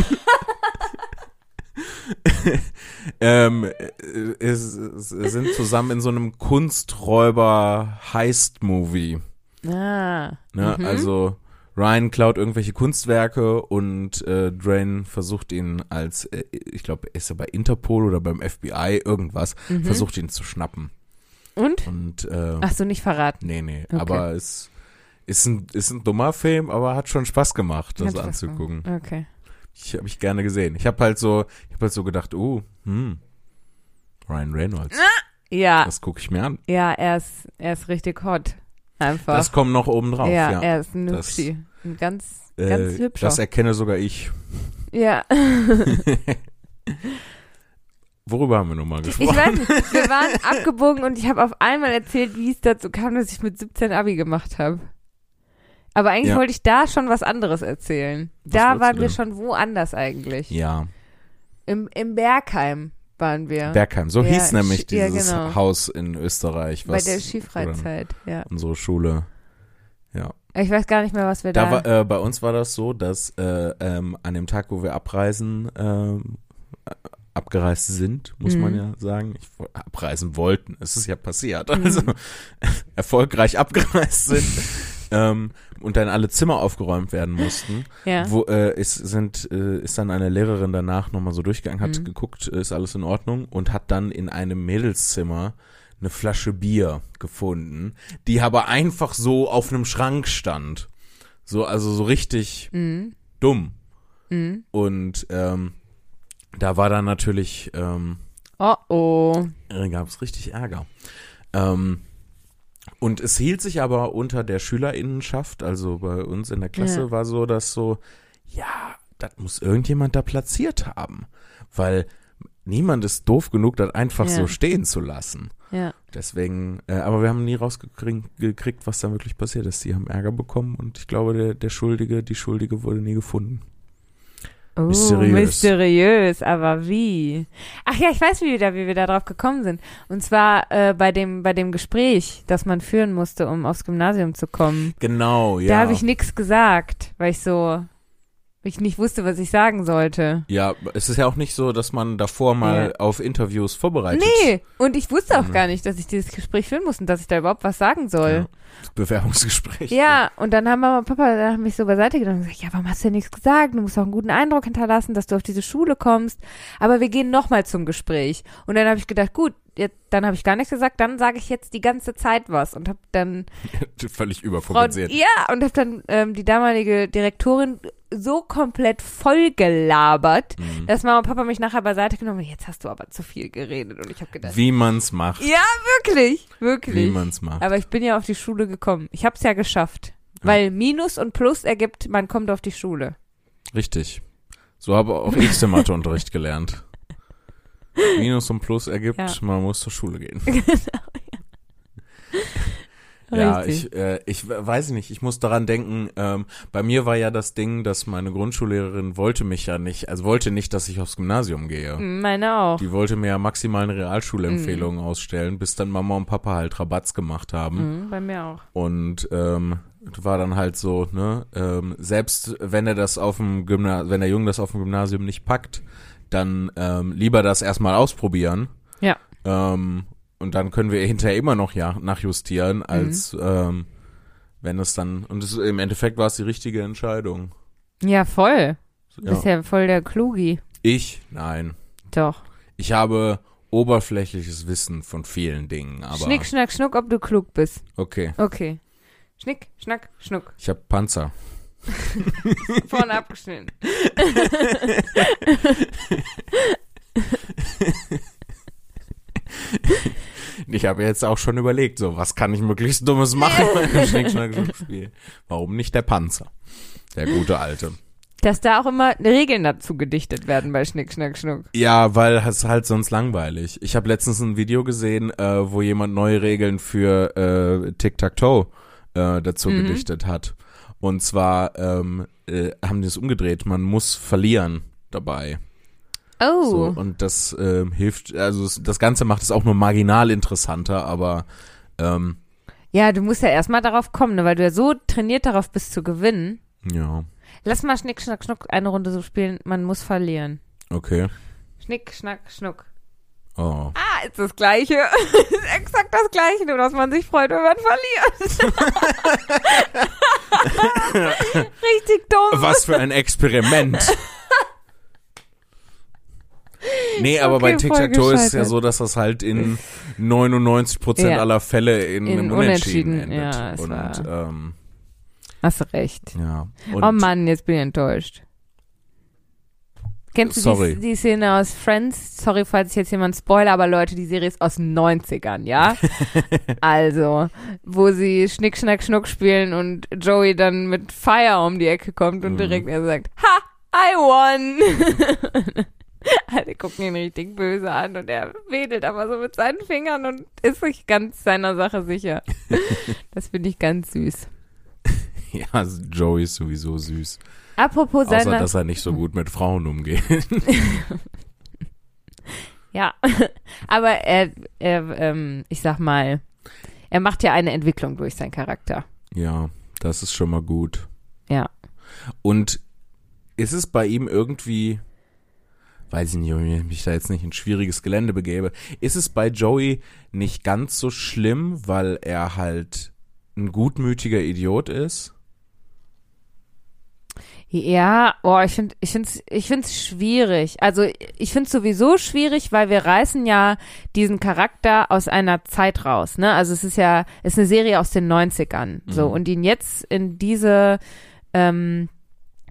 [SPEAKER 2] ähm, äh, es- es- es sind zusammen in so einem Kunsträuber-Heist-Movie.
[SPEAKER 1] Ah.
[SPEAKER 2] Ne?
[SPEAKER 1] Mhm.
[SPEAKER 2] Also Ryan klaut irgendwelche Kunstwerke und äh, Drain versucht ihn als, äh, ich glaube, ist er bei Interpol oder beim FBI irgendwas,
[SPEAKER 1] Mhm.
[SPEAKER 2] versucht ihn zu schnappen.
[SPEAKER 1] Und?
[SPEAKER 2] Und äh,
[SPEAKER 1] Ach so, nicht verraten.
[SPEAKER 2] nee, nee,
[SPEAKER 1] Okay.
[SPEAKER 2] aber es ist ein, ist ein dummer Film, aber hat schon Spaß gemacht, das
[SPEAKER 1] Hat Spaß
[SPEAKER 2] anzugucken.
[SPEAKER 1] Okay.
[SPEAKER 2] Ich habe ich gerne gesehen. Ich habe halt so, ich habe halt so gedacht, oh, hm, Ryan Reynolds,
[SPEAKER 1] Ja,
[SPEAKER 2] das gucke ich mir an.
[SPEAKER 1] ja, er ist, er ist richtig hot. Einfach.
[SPEAKER 2] Das kommt noch oben drauf.
[SPEAKER 1] ja,
[SPEAKER 2] Ja,
[SPEAKER 1] er ist ein
[SPEAKER 2] Das-
[SPEAKER 1] Hübschi. Ein ganz,
[SPEAKER 2] Äh,
[SPEAKER 1] ganz hübscher.
[SPEAKER 2] Das erkenne sogar ich.
[SPEAKER 1] ja.
[SPEAKER 2] Worüber haben wir nochmal gesprochen?
[SPEAKER 1] Ich weiß nicht, wir waren abgebogen und ich habe auf einmal erzählt, wie es dazu kam, dass ich mit 17 Abi gemacht habe. Aber eigentlich
[SPEAKER 2] Ja.
[SPEAKER 1] wollte ich da schon was anderes erzählen. da
[SPEAKER 2] wolltest
[SPEAKER 1] waren
[SPEAKER 2] du
[SPEAKER 1] wir
[SPEAKER 2] denn?
[SPEAKER 1] schon woanders eigentlich.
[SPEAKER 2] Ja,
[SPEAKER 1] Im, Im Bergheim waren wir.
[SPEAKER 2] Bergheim. So
[SPEAKER 1] Ja,
[SPEAKER 2] hieß nämlich
[SPEAKER 1] Sch- ja,
[SPEAKER 2] dieses
[SPEAKER 1] genau.
[SPEAKER 2] Haus in Österreich,
[SPEAKER 1] bei
[SPEAKER 2] was
[SPEAKER 1] der Skifreizeit, ja.
[SPEAKER 2] unsere Schule.
[SPEAKER 1] Ich weiß gar nicht mehr, was wir da.
[SPEAKER 2] Da war, äh, bei uns war das so, dass äh, ähm, an dem Tag, wo wir abreisen, ähm, äh, abgereist sind, muss
[SPEAKER 1] Mhm.
[SPEAKER 2] man ja sagen. Ich, wo- abreisen wollten. Es ist ja passiert.
[SPEAKER 1] Mhm.
[SPEAKER 2] Also erfolgreich abgereist sind. ähm, und dann alle Zimmer aufgeräumt werden mussten.
[SPEAKER 1] ja.
[SPEAKER 2] Wo äh, ist, sind, äh, ist dann eine Lehrerin danach nochmal so durchgegangen, hat
[SPEAKER 1] Mhm.
[SPEAKER 2] geguckt, äh, ist alles in Ordnung und hat dann in einem Mädelszimmer eine Flasche Bier gefunden, die aber einfach so auf einem Schrank stand. So, also so richtig
[SPEAKER 1] Mhm.
[SPEAKER 2] dumm.
[SPEAKER 1] Mhm.
[SPEAKER 2] Und ähm, da war dann natürlich, ähm,
[SPEAKER 1] Oh oh.
[SPEAKER 2] gab es Äh, richtig Ärger. Ähm, und es hielt sich aber unter der Schülerinnenschaft, also bei uns in der Klasse
[SPEAKER 1] Ja.
[SPEAKER 2] war so, dass so, ja, das muss irgendjemand da platziert haben, weil niemand ist doof genug, das einfach
[SPEAKER 1] Ja.
[SPEAKER 2] so stehen zu lassen.
[SPEAKER 1] Ja.
[SPEAKER 2] Deswegen, äh, aber wir haben nie rausgekriegt, was da wirklich passiert ist. Die haben Ärger bekommen und ich glaube, der, der Schuldige, die Schuldige wurde nie gefunden.
[SPEAKER 1] Oh,
[SPEAKER 2] Mysteriös.
[SPEAKER 1] mysteriös, aber wie? Ach ja, ich weiß wieder, wie wir da drauf gekommen sind. Und zwar äh, bei dem bei dem Gespräch, das man führen musste, um aufs Gymnasium zu kommen.
[SPEAKER 2] Genau, ja.
[SPEAKER 1] Da habe ich nichts gesagt, weil ich so weil ich nicht wusste, was ich sagen sollte.
[SPEAKER 2] ja, es ist ja auch nicht so, dass man davor mal
[SPEAKER 1] Ja.
[SPEAKER 2] auf Interviews vorbereitet
[SPEAKER 1] Nee, und ich wusste auch
[SPEAKER 2] Mhm.
[SPEAKER 1] gar nicht, dass ich dieses Gespräch führen muss und dass ich da überhaupt was sagen soll.
[SPEAKER 2] Ja. Das Bewerbungsgespräch.
[SPEAKER 1] Ja, und dann haben Mama und Papa dann haben mich so beiseite genommen und gesagt, ja, warum hast du denn nichts gesagt? Du musst doch einen guten Eindruck hinterlassen, dass du auf diese Schule kommst. Aber wir gehen nochmal zum Gespräch. Und dann habe ich gedacht, gut, jetzt, dann habe ich gar nichts gesagt, dann sage ich jetzt die ganze Zeit was. Und habe dann
[SPEAKER 2] Völlig
[SPEAKER 1] Frau,
[SPEAKER 2] überkompensiert.
[SPEAKER 1] ja, und habe dann ähm, die damalige Direktorin so komplett voll gelabert,
[SPEAKER 2] Mhm.
[SPEAKER 1] dass Mama und Papa mich nachher beiseite genommen haben, jetzt hast du aber zu viel geredet. Und ich habe gedacht,
[SPEAKER 2] Wie man's macht.
[SPEAKER 1] ja, wirklich,
[SPEAKER 2] Wie
[SPEAKER 1] wirklich.
[SPEAKER 2] man's macht.
[SPEAKER 1] Aber ich bin ja auf die Schule gekommen. Ich habe es ja geschafft. Weil Minus und Plus ergibt, man kommt auf die Schule.
[SPEAKER 2] Richtig. So habe auch ich den Matheunterricht gelernt. Minus und Plus ergibt,
[SPEAKER 1] Ja. Genau,
[SPEAKER 2] man muss zur Schule gehen. Ja,
[SPEAKER 1] Richtig.
[SPEAKER 2] ich, äh, ich we- weiß nicht, ich muss daran denken, ähm, bei mir war ja das Ding, dass meine Grundschullehrerin wollte mich ja nicht, also wollte nicht, dass ich aufs Gymnasium
[SPEAKER 1] Mhm.
[SPEAKER 2] gehe.
[SPEAKER 1] Hm, Meine auch.
[SPEAKER 2] Die wollte mir ja maximal eine Realschulempfehlung ausstellen, bis dann Mama und Papa halt Rabatz gemacht haben.
[SPEAKER 1] Mhm, bei mir auch.
[SPEAKER 2] Und ähm, war dann halt so, ne, ähm, selbst wenn er das auf dem Gymnasium, wenn der Junge das auf dem Gymnasium nicht packt, dann ähm, lieber das erstmal ausprobieren.
[SPEAKER 1] Ja.
[SPEAKER 2] Ähm, und dann können wir hinterher immer noch ja
[SPEAKER 1] Mhm.
[SPEAKER 2] nachjustieren, als ähm, wenn es dann. Und es, im Endeffekt war es die richtige Entscheidung.
[SPEAKER 1] Ja, voll. Du
[SPEAKER 2] Ja.
[SPEAKER 1] bist ja voll der Klugi.
[SPEAKER 2] Ich? Nein.
[SPEAKER 1] Doch.
[SPEAKER 2] Ich habe oberflächliches Wissen von vielen Dingen, aber.
[SPEAKER 1] Schnick, Oh. schnack, schnuck, ob du klug bist.
[SPEAKER 2] Okay.
[SPEAKER 1] Okay. Schnick, schnack, schnuck.
[SPEAKER 2] Ich habe Panzer.
[SPEAKER 1] Vorne abgeschnitten.
[SPEAKER 2] Ich habe jetzt auch schon überlegt, so, was kann ich möglichst Dummes machen? Schnick, schnack, schnuck, Spiel. Warum nicht der Panzer? Der gute alte.
[SPEAKER 1] Dass da auch immer Regeln dazu gedichtet werden bei Schnick, Schnack, Schnuck.
[SPEAKER 2] Ja, weil es halt sonst langweilig. Ich habe letztens ein Video gesehen, äh, wo jemand neue Regeln für äh, Tic-Tac-Toe äh, dazu
[SPEAKER 1] Mhm.
[SPEAKER 2] gedichtet hat. Und zwar ähm, äh, haben die es umgedreht. Man muss verlieren dabei.
[SPEAKER 1] Oh.
[SPEAKER 2] So, und das ähm, hilft, also es, das Ganze macht es auch nur marginal interessanter, aber ähm,
[SPEAKER 1] Ja, du musst ja erstmal darauf kommen, ne, weil du ja so trainiert darauf bist zu gewinnen.
[SPEAKER 2] ja,
[SPEAKER 1] Lass mal Schnick, Schnack, Schnuck eine Runde so spielen. Man muss verlieren.
[SPEAKER 2] okay.
[SPEAKER 1] Schnick, Schnack, Schnuck.
[SPEAKER 2] Oh.
[SPEAKER 1] Ah, ist das Gleiche. ist exakt das Gleiche, nur dass man sich freut, wenn man verliert. Richtig dumm.
[SPEAKER 2] Was für ein Experiment. Nee, aber bei
[SPEAKER 1] Okay, voll
[SPEAKER 2] Tic-Tac-Toe ist es ja
[SPEAKER 1] gescheitert.
[SPEAKER 2] so, dass das halt in 99%
[SPEAKER 1] Ja.
[SPEAKER 2] aller Fälle in,
[SPEAKER 1] In
[SPEAKER 2] einem Unentschieden,
[SPEAKER 1] Unentschieden,
[SPEAKER 2] endet.
[SPEAKER 1] ja, es
[SPEAKER 2] und, ähm,
[SPEAKER 1] Hast recht.
[SPEAKER 2] ja. Und
[SPEAKER 1] oh Mann, jetzt bin ich enttäuscht. Kennst du
[SPEAKER 2] Sorry.
[SPEAKER 1] die, die Szene aus Friends? Sorry, falls ich jetzt jemand spoiler, aber Leute, die Serie ist aus den 90ern, ja? also, wo sie Schnick, Schnack, Schnuck spielen und Joey dann mit Fire um die Ecke kommt und
[SPEAKER 2] Mhm.
[SPEAKER 1] direkt er sagt, ha, I won! Alle gucken ihn richtig böse an und er wedelt aber so mit seinen Fingern und ist sich ganz seiner Sache sicher. das finde ich ganz süß.
[SPEAKER 2] Ja, Joey ist sowieso süß.
[SPEAKER 1] Apropos
[SPEAKER 2] Außer,
[SPEAKER 1] seiner
[SPEAKER 2] dass er nicht so gut mit Frauen umgeht.
[SPEAKER 1] Ja, aber er, er ähm, ich sag mal, er macht ja eine Entwicklung durch seinen Charakter.
[SPEAKER 2] Ja, das ist schon mal gut.
[SPEAKER 1] Ja.
[SPEAKER 2] Und ist es bei ihm irgendwie, weiß ich nicht, ob ich mich da jetzt nicht in schwieriges Gelände begebe, ist es bei Joey nicht ganz so schlimm, weil er halt ein gutmütiger Idiot ist?
[SPEAKER 1] Ja, boah, ich finde ich find's, ich find's schwierig. Also ich find's sowieso schwierig, weil wir reißen ja diesen Charakter aus einer Zeit raus. Ne? Also es ist ja, es ist eine Serie aus den 90ern. So,
[SPEAKER 2] Mhm.
[SPEAKER 1] und ihn jetzt in diese, ähm,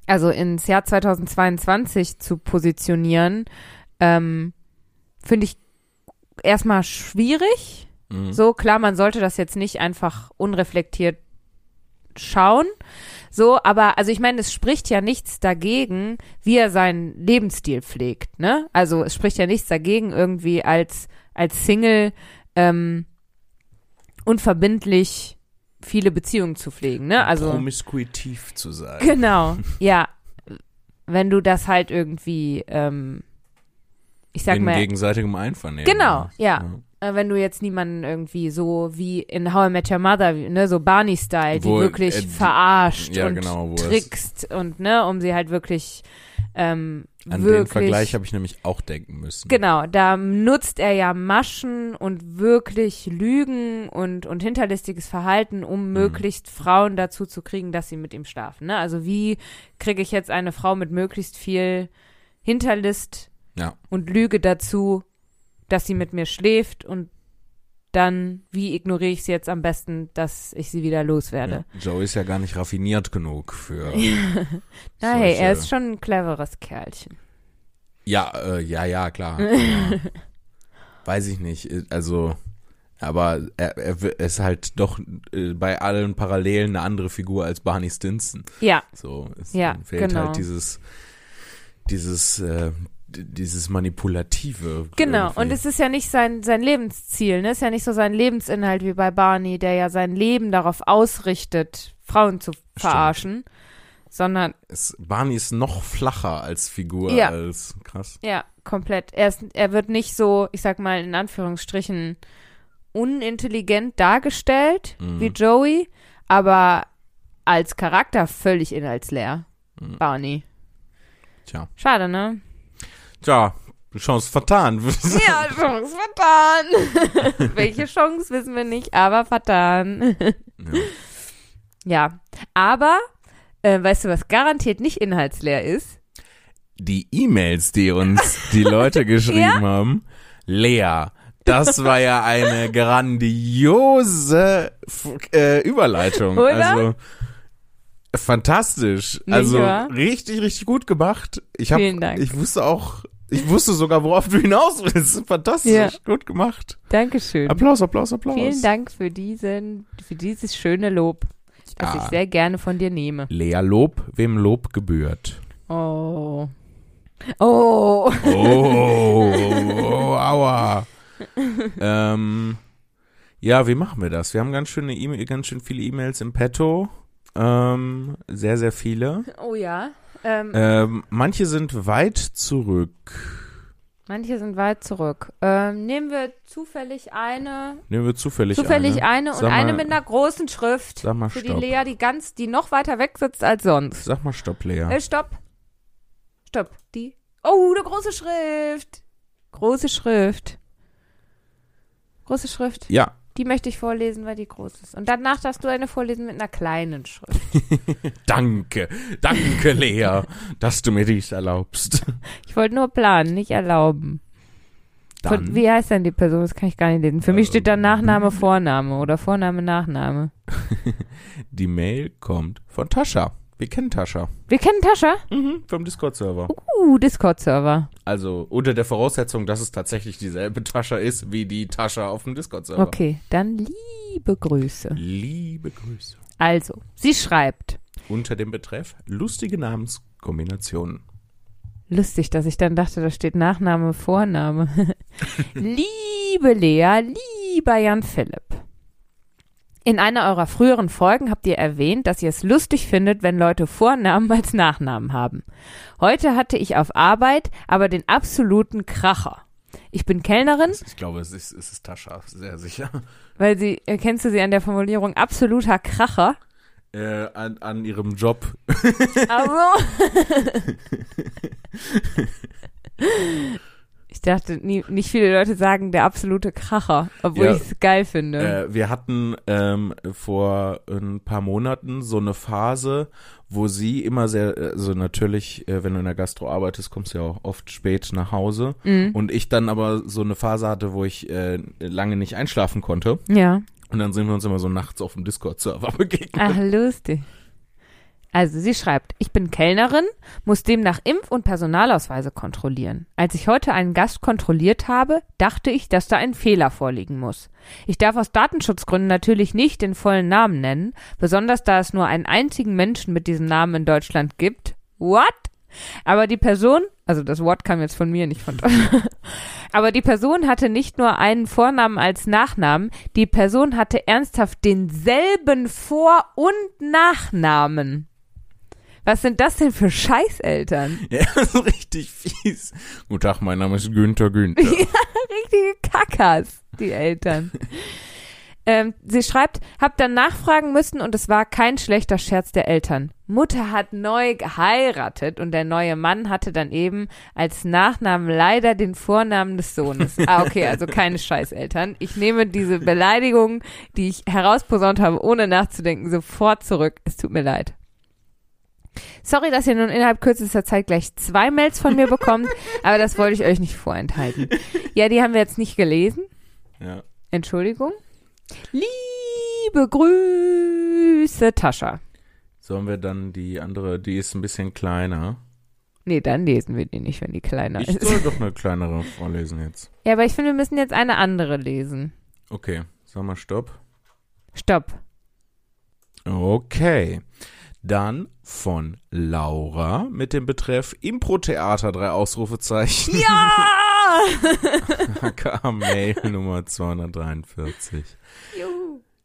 [SPEAKER 1] also ins Jahr 2022 zu positionieren, ähm, finde ich erstmal schwierig.
[SPEAKER 2] Mhm.
[SPEAKER 1] So, klar, man sollte das jetzt nicht einfach unreflektiert schauen. So, aber, also ich meine, es spricht ja nichts dagegen, wie er seinen Lebensstil pflegt, ne? Also es spricht ja nichts dagegen, irgendwie als, als Single ähm, unverbindlich viele Beziehungen zu pflegen, ne? Also.
[SPEAKER 2] Promiskuitiv zu sein.
[SPEAKER 1] Genau, ja. Wenn du das halt irgendwie, ähm, ich sag
[SPEAKER 2] in
[SPEAKER 1] mal,
[SPEAKER 2] gegenseitigem Einvernehmen.
[SPEAKER 1] Genau, ja.
[SPEAKER 2] ja.
[SPEAKER 1] äh, wenn du jetzt niemanden irgendwie so wie in How I Met Your Mother, wie- ne, so Barney-Style, die
[SPEAKER 2] Wo,
[SPEAKER 1] wirklich
[SPEAKER 2] äh, die-
[SPEAKER 1] verarscht
[SPEAKER 2] ja,
[SPEAKER 1] und
[SPEAKER 2] genau, wo es-
[SPEAKER 1] trickst und ne, um sie halt wirklich ähm,
[SPEAKER 2] An
[SPEAKER 1] wirklich.
[SPEAKER 2] den Vergleich habe ich nämlich auch denken müssen.
[SPEAKER 1] Genau, da nutzt er ja Maschen und wirklich Lügen und, und hinterlistiges Verhalten,
[SPEAKER 2] Mhm.
[SPEAKER 1] um möglichst Frauen dazu zu kriegen, dass sie mit ihm schlafen. Ne? Also wie kriege ich jetzt eine Frau mit möglichst viel Hinterlist
[SPEAKER 2] Ja.
[SPEAKER 1] und Lüge dazu, dass sie mit mir schläft und dann, wie ignoriere ich sie jetzt am besten, dass ich sie wieder loswerde?
[SPEAKER 2] Ja. Joey ist ja gar nicht raffiniert genug für.
[SPEAKER 1] Na hey, er
[SPEAKER 2] solche-
[SPEAKER 1] ist schon ein cleveres Kerlchen.
[SPEAKER 2] Ja, äh, ja, ja, klar. aber Weiß ich nicht. äh, Also, aber er, er wi- ist halt doch äh, bei allen Parallelen eine andere Figur als Barney Stinson.
[SPEAKER 1] Ja,
[SPEAKER 2] So, es
[SPEAKER 1] Ja,
[SPEAKER 2] fehlt
[SPEAKER 1] genau.
[SPEAKER 2] halt dieses, dieses, äh, d- dieses manipulative.
[SPEAKER 1] Genau,
[SPEAKER 2] irgendwie.
[SPEAKER 1] und es ist ja nicht sein, sein Lebensziel, ne? Es ist ja nicht so sein Lebensinhalt wie bei Barney, der ja sein Leben darauf ausrichtet, Frauen zu verarschen, sondern
[SPEAKER 2] es, Barney ist noch flacher als Figur
[SPEAKER 1] Ja.
[SPEAKER 2] als krass.
[SPEAKER 1] ja, komplett. Er, ist, er wird nicht so, ich sag mal, in Anführungsstrichen unintelligent dargestellt
[SPEAKER 2] Mhm.
[SPEAKER 1] wie Joey, aber als Charakter völlig inhaltsleer.
[SPEAKER 2] Mhm.
[SPEAKER 1] Barney.
[SPEAKER 2] Tja.
[SPEAKER 1] Schade, ne?
[SPEAKER 2] Tja, Chance vertan.
[SPEAKER 1] Ja, Chance vertan. Welche Chance wissen wir nicht, aber vertan.
[SPEAKER 2] ja.
[SPEAKER 1] Ja, aber äh, weißt du, was garantiert nicht inhaltsleer ist?
[SPEAKER 2] die E-Mails, die uns die Leute geschrieben haben. Lea, das war ja eine grandiose F äh, Überleitung.
[SPEAKER 1] Oder?
[SPEAKER 2] Also fantastisch.
[SPEAKER 1] Nicht
[SPEAKER 2] also
[SPEAKER 1] wahr?
[SPEAKER 2] richtig, richtig gut gemacht. Ich hab,
[SPEAKER 1] Vielen Dank.
[SPEAKER 2] ich wusste auch, ich wusste sogar, worauf du hinaus willst. Fantastisch,
[SPEAKER 1] Ja.
[SPEAKER 2] gut gemacht.
[SPEAKER 1] Dankeschön.
[SPEAKER 2] Applaus, Applaus, Applaus.
[SPEAKER 1] Vielen Dank für diesen, für dieses schöne Lob, das
[SPEAKER 2] Ja.
[SPEAKER 1] ich sehr gerne von dir nehme.
[SPEAKER 2] Lea Lob, wem Lob gebührt.
[SPEAKER 1] Oh. Oh.
[SPEAKER 2] Oh, oh, oh aua. ähm, ja, wie machen wir das? Wir haben ganz, schöne e ganz schön viele E-Mails im Petto. Ähm, sehr, sehr viele.
[SPEAKER 1] Oh ja. Ähm,
[SPEAKER 2] Ähm, manche sind weit zurück.
[SPEAKER 1] Manche sind weit zurück. Ähm, nehmen wir zufällig eine.
[SPEAKER 2] Nehmen wir zufällig,
[SPEAKER 1] Zufällig eine, und
[SPEAKER 2] Sag mal-
[SPEAKER 1] eine mit einer großen Schrift.
[SPEAKER 2] Sag mal
[SPEAKER 1] für
[SPEAKER 2] Stopp.
[SPEAKER 1] die Lea, die ganz, die noch weiter weg sitzt als sonst.
[SPEAKER 2] Sag mal Stopp, Lea.
[SPEAKER 1] Äh, stopp. Stopp. Die. Oh, eine große Schrift. Große Schrift. Große Schrift.
[SPEAKER 2] Ja,
[SPEAKER 1] Die möchte ich vorlesen, weil die groß ist. Und danach darfst du eine vorlesen mit einer kleinen Schrift.
[SPEAKER 2] danke. Danke, Lea, dass du mir dies erlaubst.
[SPEAKER 1] Ich wollte nur planen, nicht erlauben. Von,
[SPEAKER 2] Dann,
[SPEAKER 1] wie heißt denn die Person? Das kann ich gar nicht lesen. Für mich
[SPEAKER 2] Ähm.
[SPEAKER 1] steht da Nachname, Vorname oder Vorname, Nachname.
[SPEAKER 2] die Mail kommt von Tascha. Wir kennen Tascha.
[SPEAKER 1] Wir kennen Tascha.
[SPEAKER 2] Mhm, vom Discord-Server.
[SPEAKER 1] Uh, Discord-Server.
[SPEAKER 2] Also unter der Voraussetzung, dass es tatsächlich dieselbe Tascha ist, wie die Tascha auf dem Discord-Server.
[SPEAKER 1] Okay, dann liebe Grüße.
[SPEAKER 2] Liebe Grüße.
[SPEAKER 1] Also, sie schreibt.
[SPEAKER 2] Unter dem Betreff lustige Namenskombinationen.
[SPEAKER 1] Lustig, dass ich dann dachte, da steht Nachname, Vorname. Liebe Lea, lieber Jan Philipp. In einer eurer früheren Folgen habt ihr erwähnt, dass ihr es lustig findet, wenn Leute Vornamen als Nachnamen haben. Heute hatte ich auf Arbeit aber den absoluten Kracher. Ich bin Kellnerin,
[SPEAKER 2] Ich glaube, es ist, es ist Tascha, sehr sicher.
[SPEAKER 1] weil sie, äh, kennst du sie an der Formulierung absoluter Kracher?
[SPEAKER 2] Äh, an, an ihrem Job.
[SPEAKER 1] Also. ich dachte, nie, nicht viele Leute sagen der absolute Kracher, obwohl
[SPEAKER 2] Ja.
[SPEAKER 1] ich es geil finde.
[SPEAKER 2] Äh, wir hatten ähm, vor ein paar Monaten so eine Phase, wo sie immer sehr, also natürlich, äh, wenn du in der Gastro arbeitest, kommst du ja auch oft spät nach Hause. Und ich dann aber so eine Phase hatte, wo ich äh, lange nicht einschlafen konnte.
[SPEAKER 1] ja.
[SPEAKER 2] Und dann sind wir uns immer so nachts auf dem Discord-Server begegnet.
[SPEAKER 1] Ach, Ah, lustig. Also sie schreibt, ich bin Kellnerin, muss demnach Impf- und Personalausweise kontrollieren. Als ich heute einen Gast kontrolliert habe, dachte ich, dass da ein Fehler vorliegen muss. Ich darf aus Datenschutzgründen natürlich nicht den vollen Namen nennen, besonders da es nur einen einzigen Menschen mit diesem Namen in Deutschland gibt. What? Aber die Person, also das Wort kam jetzt von mir, nicht von Deutschland. Aber die Person hatte nicht nur einen Vornamen als Nachnamen, die Person hatte ernsthaft denselben Vor- und Nachnamen. Was sind das denn für Scheißeltern?
[SPEAKER 2] Ja, das ist richtig fies. Guten Tag, mein Name ist Günther Günther.
[SPEAKER 1] Richtige Kackers, die Eltern. Ähm, sie schreibt, hab dann nachfragen müssen und es war kein schlechter Scherz der Eltern. Mutter hat neu geheiratet und der neue Mann hatte dann eben als Nachnamen leider den Vornamen des Sohnes. Ah, okay, also keine Scheißeltern. Ich nehme diese Beleidigung, die ich herausposaunt habe, ohne nachzudenken, sofort zurück. Es tut mir leid. Sorry, dass ihr nun innerhalb kürzester Zeit gleich zwei Mails von mir bekommt, aber das wollte ich euch nicht vorenthalten. Ja, die haben wir jetzt nicht gelesen.
[SPEAKER 2] Ja.
[SPEAKER 1] Entschuldigung. Liebe Grüße, Tascha.
[SPEAKER 2] Sollen wir dann die andere, die ist ein bisschen kleiner.
[SPEAKER 1] Nee, dann lesen wir die nicht, wenn die kleiner
[SPEAKER 2] Ich
[SPEAKER 1] ist.
[SPEAKER 2] soll doch eine kleinere vorlesen jetzt.
[SPEAKER 1] Ja, aber ich finde, wir müssen jetzt eine andere lesen.
[SPEAKER 2] Okay, sag mal Stopp.
[SPEAKER 1] Stopp.
[SPEAKER 2] Okay. Dann von Laura mit dem Betreff Impro-Theater, drei Ausrufezeichen.
[SPEAKER 1] Ja!
[SPEAKER 2] AKA Mail Nummer 243.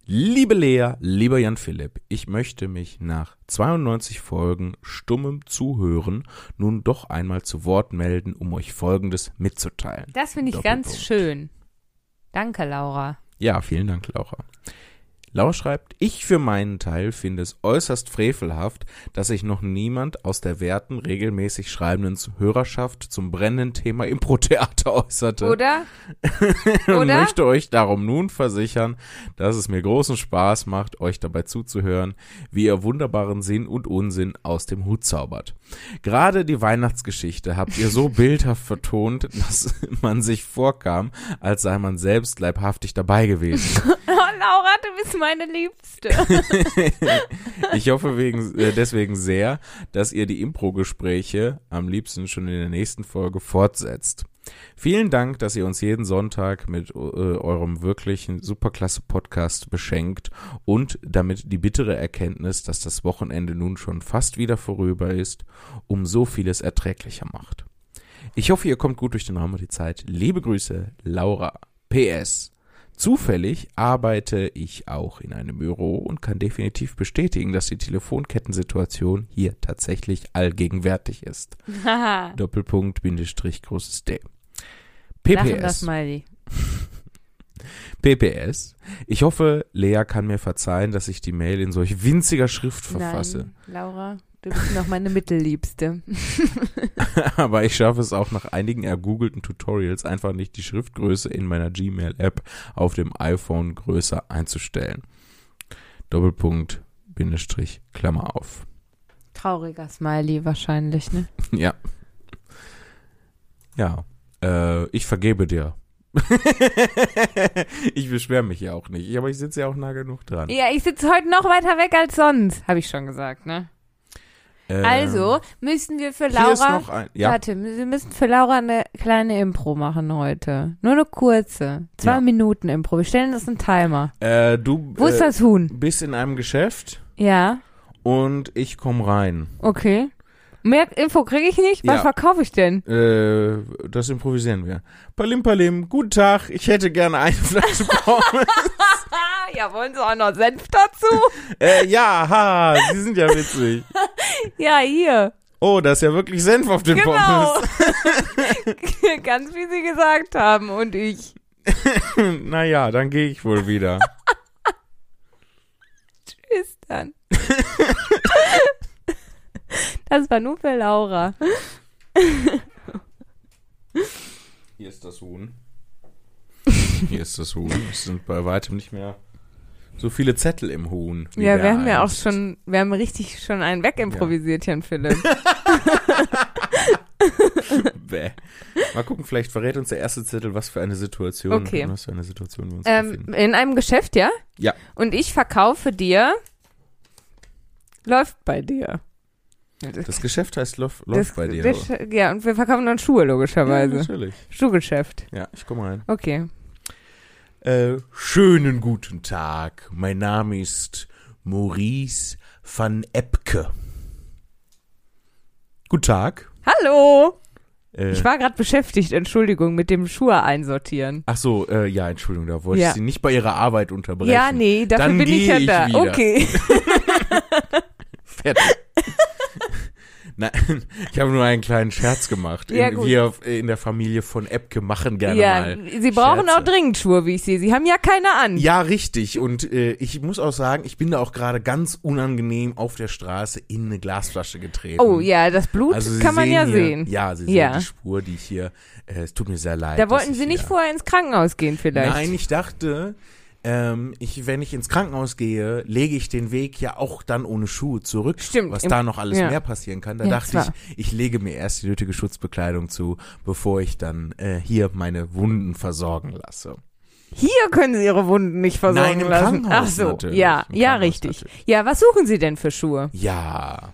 [SPEAKER 2] Liebe Lea, lieber Jan Philipp, ich möchte mich nach 92 Folgen stummem Zuhören nun doch einmal zu Wort melden, um euch Folgendes mitzuteilen.
[SPEAKER 1] Das finde ich ganz
[SPEAKER 2] Doppelpunkt.
[SPEAKER 1] schön. Danke, Laura.
[SPEAKER 2] Ja, vielen Dank, Laura. Laura schreibt, ich für meinen Teil finde es äußerst frevelhaft, dass sich noch niemand aus der werten, regelmäßig schreibenden Hörerschaft zum brennenden Thema Impro-Theater äußerte.
[SPEAKER 1] Oder?
[SPEAKER 2] und
[SPEAKER 1] Oder?
[SPEAKER 2] möchte euch darum nun versichern, dass es mir großen Spaß macht, euch dabei zuzuhören, wie ihr wunderbaren Sinn und Unsinn aus dem Hut zaubert. Gerade die Weihnachtsgeschichte habt ihr so bildhaft vertont, dass man sich vorkam, als sei man selbst leibhaftig dabei gewesen.
[SPEAKER 1] Oh, Laura, du bist meine Liebste.
[SPEAKER 2] Ich hoffe wegen, äh, deswegen sehr, dass ihr die Impro-Gespräche am liebsten schon in der nächsten Folge fortsetzt. Vielen Dank, dass ihr uns jeden Sonntag mit äh, eurem wirklichen superklasse Podcast beschenkt und damit die bittere Erkenntnis, dass das Wochenende nun schon fast wieder vorüber ist, um so vieles erträglicher macht. Ich hoffe, ihr kommt gut durch den Raum und die Zeit. Liebe Grüße, Laura. PS. Zufällig arbeite ich auch in einem Büro und kann definitiv bestätigen, dass die Telefonkettensituation hier tatsächlich allgegenwärtig ist.
[SPEAKER 1] Haha.
[SPEAKER 2] Doppelpunkt, Bindestrich, großes D.
[SPEAKER 1] Lachendes
[SPEAKER 2] PPS.
[SPEAKER 1] Smiley.
[SPEAKER 2] PPS. Ich hoffe, Lea kann mir verzeihen, dass ich die Mail in solch winziger Schrift verfasse.
[SPEAKER 1] Nein, Laura, du bist noch meine Mittelliebste.
[SPEAKER 2] Aber ich schaffe es auch nach einigen ergoogelten Tutorials einfach nicht, die Schriftgröße in meiner Gmail-App auf dem iPhone größer einzustellen. Doppelpunkt, Bindestrich, Klammer auf.
[SPEAKER 1] Trauriger Smiley wahrscheinlich, ne?
[SPEAKER 2] Ja. Ja. Äh, ich vergebe dir. ich beschwere mich ja auch nicht, aber ich sitze ja auch nah genug dran.
[SPEAKER 1] Ja, ich sitze heute noch weiter weg als sonst, habe ich schon gesagt, ne?
[SPEAKER 2] Ähm,
[SPEAKER 1] Also müssen wir für
[SPEAKER 2] hier ist
[SPEAKER 1] Laura.
[SPEAKER 2] noch ein, ja,
[SPEAKER 1] Warte, wir müssen für Laura eine kleine Impro machen heute. Nur eine kurze. Zwei
[SPEAKER 2] Ja.
[SPEAKER 1] Minuten Impro. Wir stellen das einen Timer.
[SPEAKER 2] äh, du
[SPEAKER 1] Wo ist
[SPEAKER 2] äh,
[SPEAKER 1] das Huhn?
[SPEAKER 2] bist in einem Geschäft
[SPEAKER 1] Ja,
[SPEAKER 2] und ich komme rein.
[SPEAKER 1] okay. Mehr Info kriege ich nicht. Was
[SPEAKER 2] Ja.
[SPEAKER 1] verkaufe ich denn?
[SPEAKER 2] Äh, das improvisieren wir. Palim Palim, guten Tag, ich hätte gerne eine Flasche Pommes.
[SPEAKER 1] Ah, ja, wollen Sie auch noch Senf dazu?
[SPEAKER 2] äh, ja, ha, Sie sind ja witzig.
[SPEAKER 1] ja, hier.
[SPEAKER 2] Oh, da ist ja wirklich Senf auf den
[SPEAKER 1] Genau.
[SPEAKER 2] Pommes.
[SPEAKER 1] Ganz wie Sie gesagt haben und ich.
[SPEAKER 2] naja, dann gehe ich wohl wieder.
[SPEAKER 1] Bis dann. das war nur für Laura.
[SPEAKER 2] Hier ist das Huhn. Hier ist das Huhn. Es sind bei weitem nicht mehr so viele Zettel im Huhn. wie
[SPEAKER 1] Ja,
[SPEAKER 2] der
[SPEAKER 1] wir haben ja auch
[SPEAKER 2] einst.
[SPEAKER 1] schon, wir haben richtig schon einen wegimprovisiert, Jan Philipp.
[SPEAKER 2] Bäh. Mal gucken, vielleicht verrät uns der erste Zettel, was für eine Situation,
[SPEAKER 1] Okay.
[SPEAKER 2] was für eine Situation wir uns
[SPEAKER 1] Ähm,
[SPEAKER 2] befinden.
[SPEAKER 1] in einem Geschäft, ja?
[SPEAKER 2] Ja.
[SPEAKER 1] Und ich verkaufe dir. Läuft bei dir. Das,
[SPEAKER 2] Das Geschäft heißt Lof, läuft bei dir.
[SPEAKER 1] das- also. ja, und wir verkaufen dann Schuhe,
[SPEAKER 2] ja,
[SPEAKER 1] logischerweise.
[SPEAKER 2] natürlich.
[SPEAKER 1] Schuhgeschäft.
[SPEAKER 2] Ja, ich komme rein.
[SPEAKER 1] Okay.
[SPEAKER 2] Äh, schönen guten Tag. Mein Name ist Maurice van Epke. Guten Tag.
[SPEAKER 1] Hallo!
[SPEAKER 2] Äh,
[SPEAKER 1] Ich war gerade beschäftigt, Entschuldigung, mit dem Schuhe einsortieren.
[SPEAKER 2] ach so, äh, ja, Entschuldigung, da wollte
[SPEAKER 1] Ja.
[SPEAKER 2] ich Sie nicht bei Ihrer Arbeit unterbrechen.
[SPEAKER 1] Ja, nee, dafür
[SPEAKER 2] Dann
[SPEAKER 1] bin ich
[SPEAKER 2] gehe
[SPEAKER 1] ja
[SPEAKER 2] ich
[SPEAKER 1] da.
[SPEAKER 2] wieder.
[SPEAKER 1] Okay.
[SPEAKER 2] Fertig. Nein, ich habe nur einen kleinen Scherz gemacht.
[SPEAKER 1] Ja,
[SPEAKER 2] in,
[SPEAKER 1] gut.
[SPEAKER 2] wir äh, in der Familie von Epke machen gerne
[SPEAKER 1] Ja,
[SPEAKER 2] mal.
[SPEAKER 1] Sie brauchen
[SPEAKER 2] Scherze.
[SPEAKER 1] auch dringend Schuhe, wie ich sehe. Sie haben ja keine an.
[SPEAKER 2] Ja, richtig. Und äh, ich muss auch sagen, ich bin da auch gerade ganz unangenehm auf der Straße in eine Glasflasche getreten.
[SPEAKER 1] Oh ja, das Blut
[SPEAKER 2] Also Sie
[SPEAKER 1] kann man
[SPEAKER 2] sehen
[SPEAKER 1] ja
[SPEAKER 2] hier,
[SPEAKER 1] sehen.
[SPEAKER 2] Ja, Sie sehen
[SPEAKER 1] Ja.
[SPEAKER 2] die Spur, die ich hier. Äh, es tut mir sehr leid.
[SPEAKER 1] Da
[SPEAKER 2] dass
[SPEAKER 1] wollten
[SPEAKER 2] ich
[SPEAKER 1] Sie nicht
[SPEAKER 2] hier-
[SPEAKER 1] vorher ins Krankenhaus gehen vielleicht.
[SPEAKER 2] Nein, ich dachte, ähm, ich, wenn ich ins Krankenhaus gehe, lege ich den Weg ja auch dann ohne Schuhe zurück.
[SPEAKER 1] Stimmt,
[SPEAKER 2] Was
[SPEAKER 1] im-
[SPEAKER 2] da noch alles
[SPEAKER 1] ja.
[SPEAKER 2] mehr passieren kann. Da
[SPEAKER 1] Ja,
[SPEAKER 2] dachte
[SPEAKER 1] zwar.
[SPEAKER 2] ich, ich lege mir erst die nötige Schutzbekleidung zu, bevor ich dann äh, hier meine Wunden versorgen lasse.
[SPEAKER 1] Hier können Sie Ihre Wunden nicht versorgen
[SPEAKER 2] Nein, im
[SPEAKER 1] lassen.
[SPEAKER 2] Krankenhaus
[SPEAKER 1] Ach so,
[SPEAKER 2] natürlich.
[SPEAKER 1] ja,
[SPEAKER 2] Im
[SPEAKER 1] ja,
[SPEAKER 2] Krankenhaus
[SPEAKER 1] richtig. Ja, was suchen Sie denn für Schuhe?
[SPEAKER 2] Ja.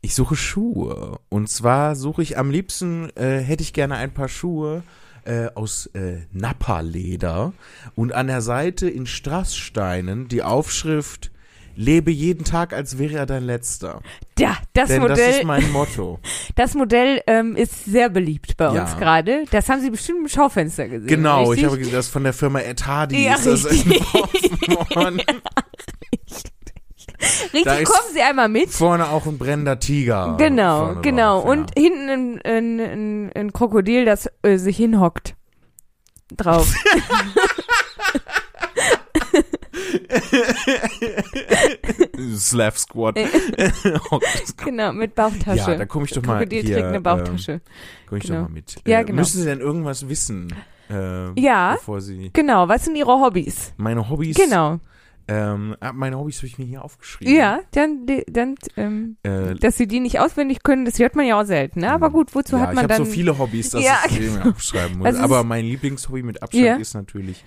[SPEAKER 2] Ich suche Schuhe. Und zwar suche ich am liebsten, äh, hätte ich gerne ein paar Schuhe äh, aus äh, Nappa-Leder und an der Seite in Strasssteinen die Aufschrift Lebe jeden Tag, als wäre er dein letzter.
[SPEAKER 1] Ja, das
[SPEAKER 2] Denn das ist
[SPEAKER 1] Modell, das,
[SPEAKER 2] mein Motto.
[SPEAKER 1] Modell ähm, ist sehr beliebt bei
[SPEAKER 2] Ja.
[SPEAKER 1] uns gerade. Das haben Sie bestimmt im Schaufenster gesehen.
[SPEAKER 2] genau,
[SPEAKER 1] richtig?
[SPEAKER 2] ich habe gesehen, das ist von der Firma Ed Hardy
[SPEAKER 1] Ja,
[SPEAKER 2] ist das
[SPEAKER 1] richtig.
[SPEAKER 2] entworfen worden. da
[SPEAKER 1] richtig
[SPEAKER 2] ist-
[SPEAKER 1] kommen Sie einmal mit.
[SPEAKER 2] Vorne auch ein brennender Tiger.
[SPEAKER 1] Genau,
[SPEAKER 2] vorne
[SPEAKER 1] genau.
[SPEAKER 2] drauf, ja.
[SPEAKER 1] Und hinten ein, ein, ein, ein Krokodil, das äh, sich hinhockt. Drauf.
[SPEAKER 2] Slav Squad.
[SPEAKER 1] Äh.
[SPEAKER 2] oh, das
[SPEAKER 1] genau, mit Bauchtasche.
[SPEAKER 2] Ja, da komme ich doch mal
[SPEAKER 1] Krokodil
[SPEAKER 2] hier.
[SPEAKER 1] trägt eine Bauchtasche.
[SPEAKER 2] Ähm, komm ich
[SPEAKER 1] Genau.
[SPEAKER 2] doch mal mit.
[SPEAKER 1] Ja,
[SPEAKER 2] äh,
[SPEAKER 1] genau.
[SPEAKER 2] Müssen Sie denn irgendwas wissen? Äh,
[SPEAKER 1] Ja.
[SPEAKER 2] Bevor Sie
[SPEAKER 1] genau, was sind Ihre Hobbys?
[SPEAKER 2] meine Hobbys.
[SPEAKER 1] Genau.
[SPEAKER 2] Ähm, ah, meine Hobbys habe ich mir hier aufgeschrieben.
[SPEAKER 1] Ja, dann, dann ähm,
[SPEAKER 2] Äh, Genau.
[SPEAKER 1] Dass sie die nicht auswendig können, das hört man ja auch selten. Ne? Aber gut, wozu
[SPEAKER 2] ja,
[SPEAKER 1] hat man
[SPEAKER 2] ich habe
[SPEAKER 1] dann.
[SPEAKER 2] so viele Hobbys, dass
[SPEAKER 1] Ja,
[SPEAKER 2] ich sie mir aufschreiben muss.
[SPEAKER 1] Also es
[SPEAKER 2] Aber
[SPEAKER 1] ist-
[SPEAKER 2] mein Lieblingshobby mit Abstand
[SPEAKER 1] Ja.
[SPEAKER 2] ist natürlich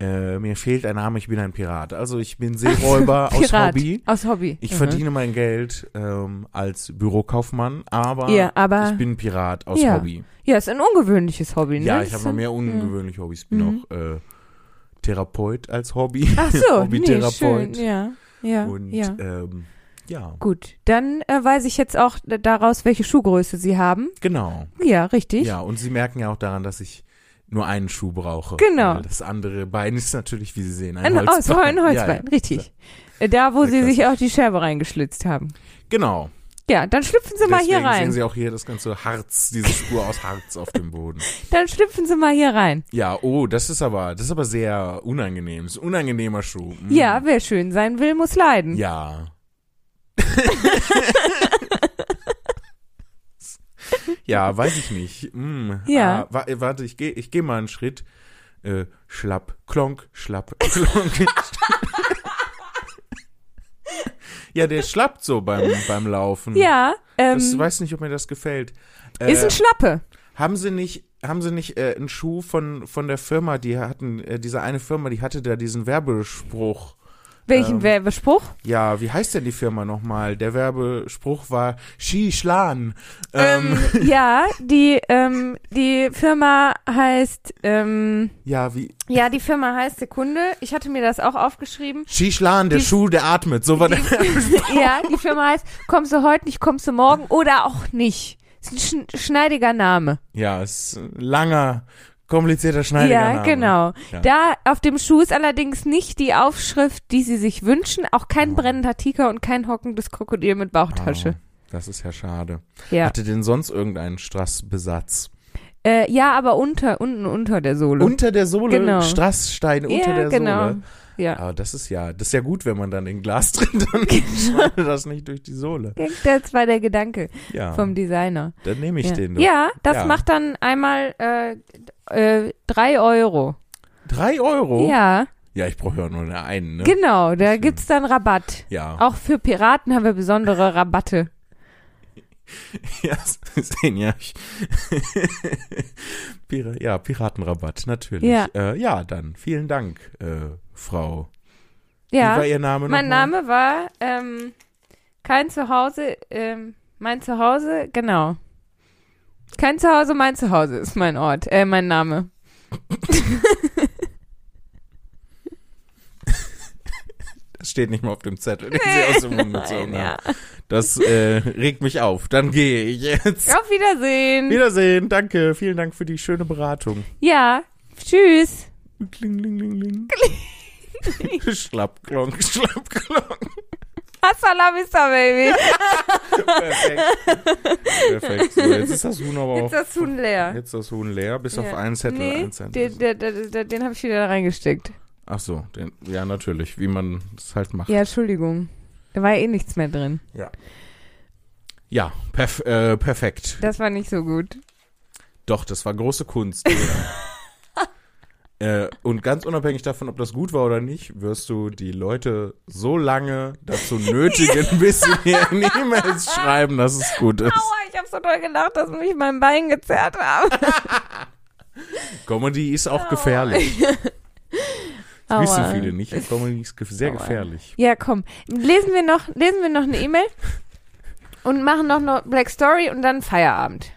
[SPEAKER 2] äh, mir fehlt ein Name, ich bin ein Pirat. Also ich bin Seeräuber aus
[SPEAKER 1] Pirat.
[SPEAKER 2] Hobby.
[SPEAKER 1] Aus Hobby.
[SPEAKER 2] Ich
[SPEAKER 1] Mhm.
[SPEAKER 2] verdiene mein Geld ähm, als Bürokaufmann, aber
[SPEAKER 1] Ja, aber
[SPEAKER 2] ich bin Pirat aus
[SPEAKER 1] Ja.
[SPEAKER 2] Hobby.
[SPEAKER 1] ja, ist ein ungewöhnliches Hobby, ne?
[SPEAKER 2] Ja,
[SPEAKER 1] Ist
[SPEAKER 2] ich habe
[SPEAKER 1] so-
[SPEAKER 2] noch mehr ungewöhnliche Hobbys. Ich bin
[SPEAKER 1] Mhm.
[SPEAKER 2] auch äh, Therapeut als Hobby.
[SPEAKER 1] Ach so, nee, schön,
[SPEAKER 2] Hobbytherapeut.
[SPEAKER 1] ja, ja,
[SPEAKER 2] Und
[SPEAKER 1] ja.
[SPEAKER 2] ähm, ja,
[SPEAKER 1] Gut, dann äh, weiß ich jetzt auch d- daraus, welche Schuhgröße Sie haben.
[SPEAKER 2] genau.
[SPEAKER 1] Ja, richtig.
[SPEAKER 2] Ja, und sie merken ja auch daran, dass ich nur einen Schuh brauche.
[SPEAKER 1] Genau.
[SPEAKER 2] Weil Das andere Bein ist natürlich, wie Sie sehen, ein,
[SPEAKER 1] Ein
[SPEAKER 2] Holzbein.
[SPEAKER 1] Holzbein, ein Holzbein,
[SPEAKER 2] Ja, ja.
[SPEAKER 1] richtig. Äh, Da, wo
[SPEAKER 2] Sehr
[SPEAKER 1] Sie sich auch die Scherbe reingeschlitzt haben.
[SPEAKER 2] Genau.
[SPEAKER 1] Ja, dann schlüpfen Sie mal
[SPEAKER 2] Deswegen
[SPEAKER 1] hier rein.
[SPEAKER 2] sehen Sie auch hier das ganze Harz, diese Spur aus Harz auf dem Boden.
[SPEAKER 1] dann schlüpfen Sie mal hier rein.
[SPEAKER 2] Ja, oh, das ist aber, das ist aber sehr unangenehm. Das ist ein unangenehmer Schuh. Mm.
[SPEAKER 1] Ja, wer schön sein will, muss leiden.
[SPEAKER 2] Ja. ja, weiß ich nicht. Mm.
[SPEAKER 1] Ja.
[SPEAKER 2] Ah, wa warte, ich gehe ich geh mal einen Schritt. Äh, schlapp, klonk, schlapp, klonk. ja, der schlappt so beim, behm Laufen.
[SPEAKER 1] Ja, ähm,
[SPEAKER 2] Ich weiß nicht, ob mir das gefällt. Äh,
[SPEAKER 1] ist ein Schlappe.
[SPEAKER 2] haben sie nicht, haben sie nicht äh, einen Schuh von, von der Firma, die hatten, äh, diese eine Firma, die hatte da diesen Werbespruch.
[SPEAKER 1] Welchen
[SPEAKER 2] ähm,
[SPEAKER 1] Werbespruch?
[SPEAKER 2] Ja, wie heißt denn die Firma nochmal? Der Werbespruch war Ski Schlan. Ähm,
[SPEAKER 1] Ähm, ja, die, ähm, die Firma heißt, ähm,
[SPEAKER 2] ja, wie
[SPEAKER 1] ja, die Firma heißt Sekunde. Ich hatte mir das auch aufgeschrieben.
[SPEAKER 2] Ski Schlan, der
[SPEAKER 1] die-
[SPEAKER 2] Schuh, der atmet. So war der.
[SPEAKER 1] ja, die Firma heißt, kommst du heute nicht, kommst du morgen oder auch nicht. Ist ein schn- schneidiger Name.
[SPEAKER 2] Ja, ist ein langer, komplizierter Schneidiger.
[SPEAKER 1] ja,
[SPEAKER 2] Name.
[SPEAKER 1] genau.
[SPEAKER 2] Ja.
[SPEAKER 1] Da auf dem Schuh ist allerdings nicht die Aufschrift, die sie sich wünschen, auch kein brennender Tiger und kein hockendes Krokodil mit Bauchtasche.
[SPEAKER 2] Ah, das ist ja schade.
[SPEAKER 1] Ja.
[SPEAKER 2] Hatte denn sonst irgendeinen Strassbesatz?
[SPEAKER 1] Äh, ja, aber unter, unten unter der Sohle.
[SPEAKER 2] Unter der Sohle,
[SPEAKER 1] Genau.
[SPEAKER 2] Strassstein unter
[SPEAKER 1] ja,
[SPEAKER 2] der
[SPEAKER 1] genau.
[SPEAKER 2] Sohle.
[SPEAKER 1] Ja.
[SPEAKER 2] Aber das ist ja, das ist ja gut, wenn man dann in Glas drin, dann
[SPEAKER 1] Genau.
[SPEAKER 2] schneidet das nicht durch die Sohle.
[SPEAKER 1] Das war der Gedanke
[SPEAKER 2] Ja,
[SPEAKER 1] vom Designer.
[SPEAKER 2] dann nehme ich
[SPEAKER 1] ja.
[SPEAKER 2] Ah. den. doch.
[SPEAKER 1] ja, das
[SPEAKER 2] Ja.
[SPEAKER 1] macht dann einmal äh, äh, drei Euro.
[SPEAKER 2] Drei Euro?
[SPEAKER 1] Ja,
[SPEAKER 2] Oh. Ja, ich brauche ja nur eine einen, ne?
[SPEAKER 1] genau. Da gibt's dann Rabatt.
[SPEAKER 2] ja.
[SPEAKER 1] Auch für Piraten haben wir besondere Rabatte.
[SPEAKER 2] Ja, sehen ja. Ich Pira ja, Piratenrabatt, natürlich.
[SPEAKER 1] Ja.
[SPEAKER 2] äh, ja dann vielen Dank, äh, Frau. Wie
[SPEAKER 1] Ja,
[SPEAKER 2] war Ihr Name
[SPEAKER 1] mein
[SPEAKER 2] nochmal?
[SPEAKER 1] Name war ähm, kein Zuhause, ähm, mein Zuhause, genau. Kein Zuhause, mein Zuhause ist mein Ort, äh, mein Name.
[SPEAKER 2] Das steht nicht mal auf dem Zettel, den Sie aus dem Mund gezogen
[SPEAKER 1] Nein, ja.
[SPEAKER 2] haben. Das äh, regt mich auf. Dann gehe ich jetzt.
[SPEAKER 1] Auf Wiedersehen.
[SPEAKER 2] Wiedersehen, danke. Vielen Dank für die schöne Beratung.
[SPEAKER 1] Ja, tschüss.
[SPEAKER 2] Kling, ling, ling, ling. Schlappklonk, Schlappklonk.
[SPEAKER 1] Hasta la vista, baby.
[SPEAKER 2] Perfekt. Perfekt. So, jetzt ist das Huhn aber
[SPEAKER 1] Jetzt ist
[SPEAKER 2] auch.
[SPEAKER 1] das Huhn leer.
[SPEAKER 2] Jetzt ist das Huhn leer, bis
[SPEAKER 1] Ja.
[SPEAKER 2] auf einen Zettel.
[SPEAKER 1] Nee,
[SPEAKER 2] ein Zettel.
[SPEAKER 1] den, den, den, den habe ich wieder da reingesteckt.
[SPEAKER 2] Ach so, den, ja, natürlich, wie man es halt macht.
[SPEAKER 1] Ja, Entschuldigung. Da war eh nichts mehr drin.
[SPEAKER 2] Ja, perf äh, perfekt.
[SPEAKER 1] Das war nicht so gut.
[SPEAKER 2] Doch, das war große Kunst. äh, und ganz unabhängig davon, ob das gut war oder nicht, wirst du die Leute so lange dazu nötigen, bis sie mir in E-Mails schreiben, dass es gut ist.
[SPEAKER 1] Aua, ich habe so doll gedacht, dass mich mein Bein gezerrt hat.
[SPEAKER 2] Comedy ist auch
[SPEAKER 1] Aua.
[SPEAKER 2] gefährlich. Das
[SPEAKER 1] Aua.
[SPEAKER 2] wissen viele nicht. Comedy ist ge- sehr
[SPEAKER 1] Aua.
[SPEAKER 2] gefährlich.
[SPEAKER 1] Ja, komm. Lesen wir noch, lesen wir noch eine E-Mail und machen noch eine Black Story und dann Feierabend.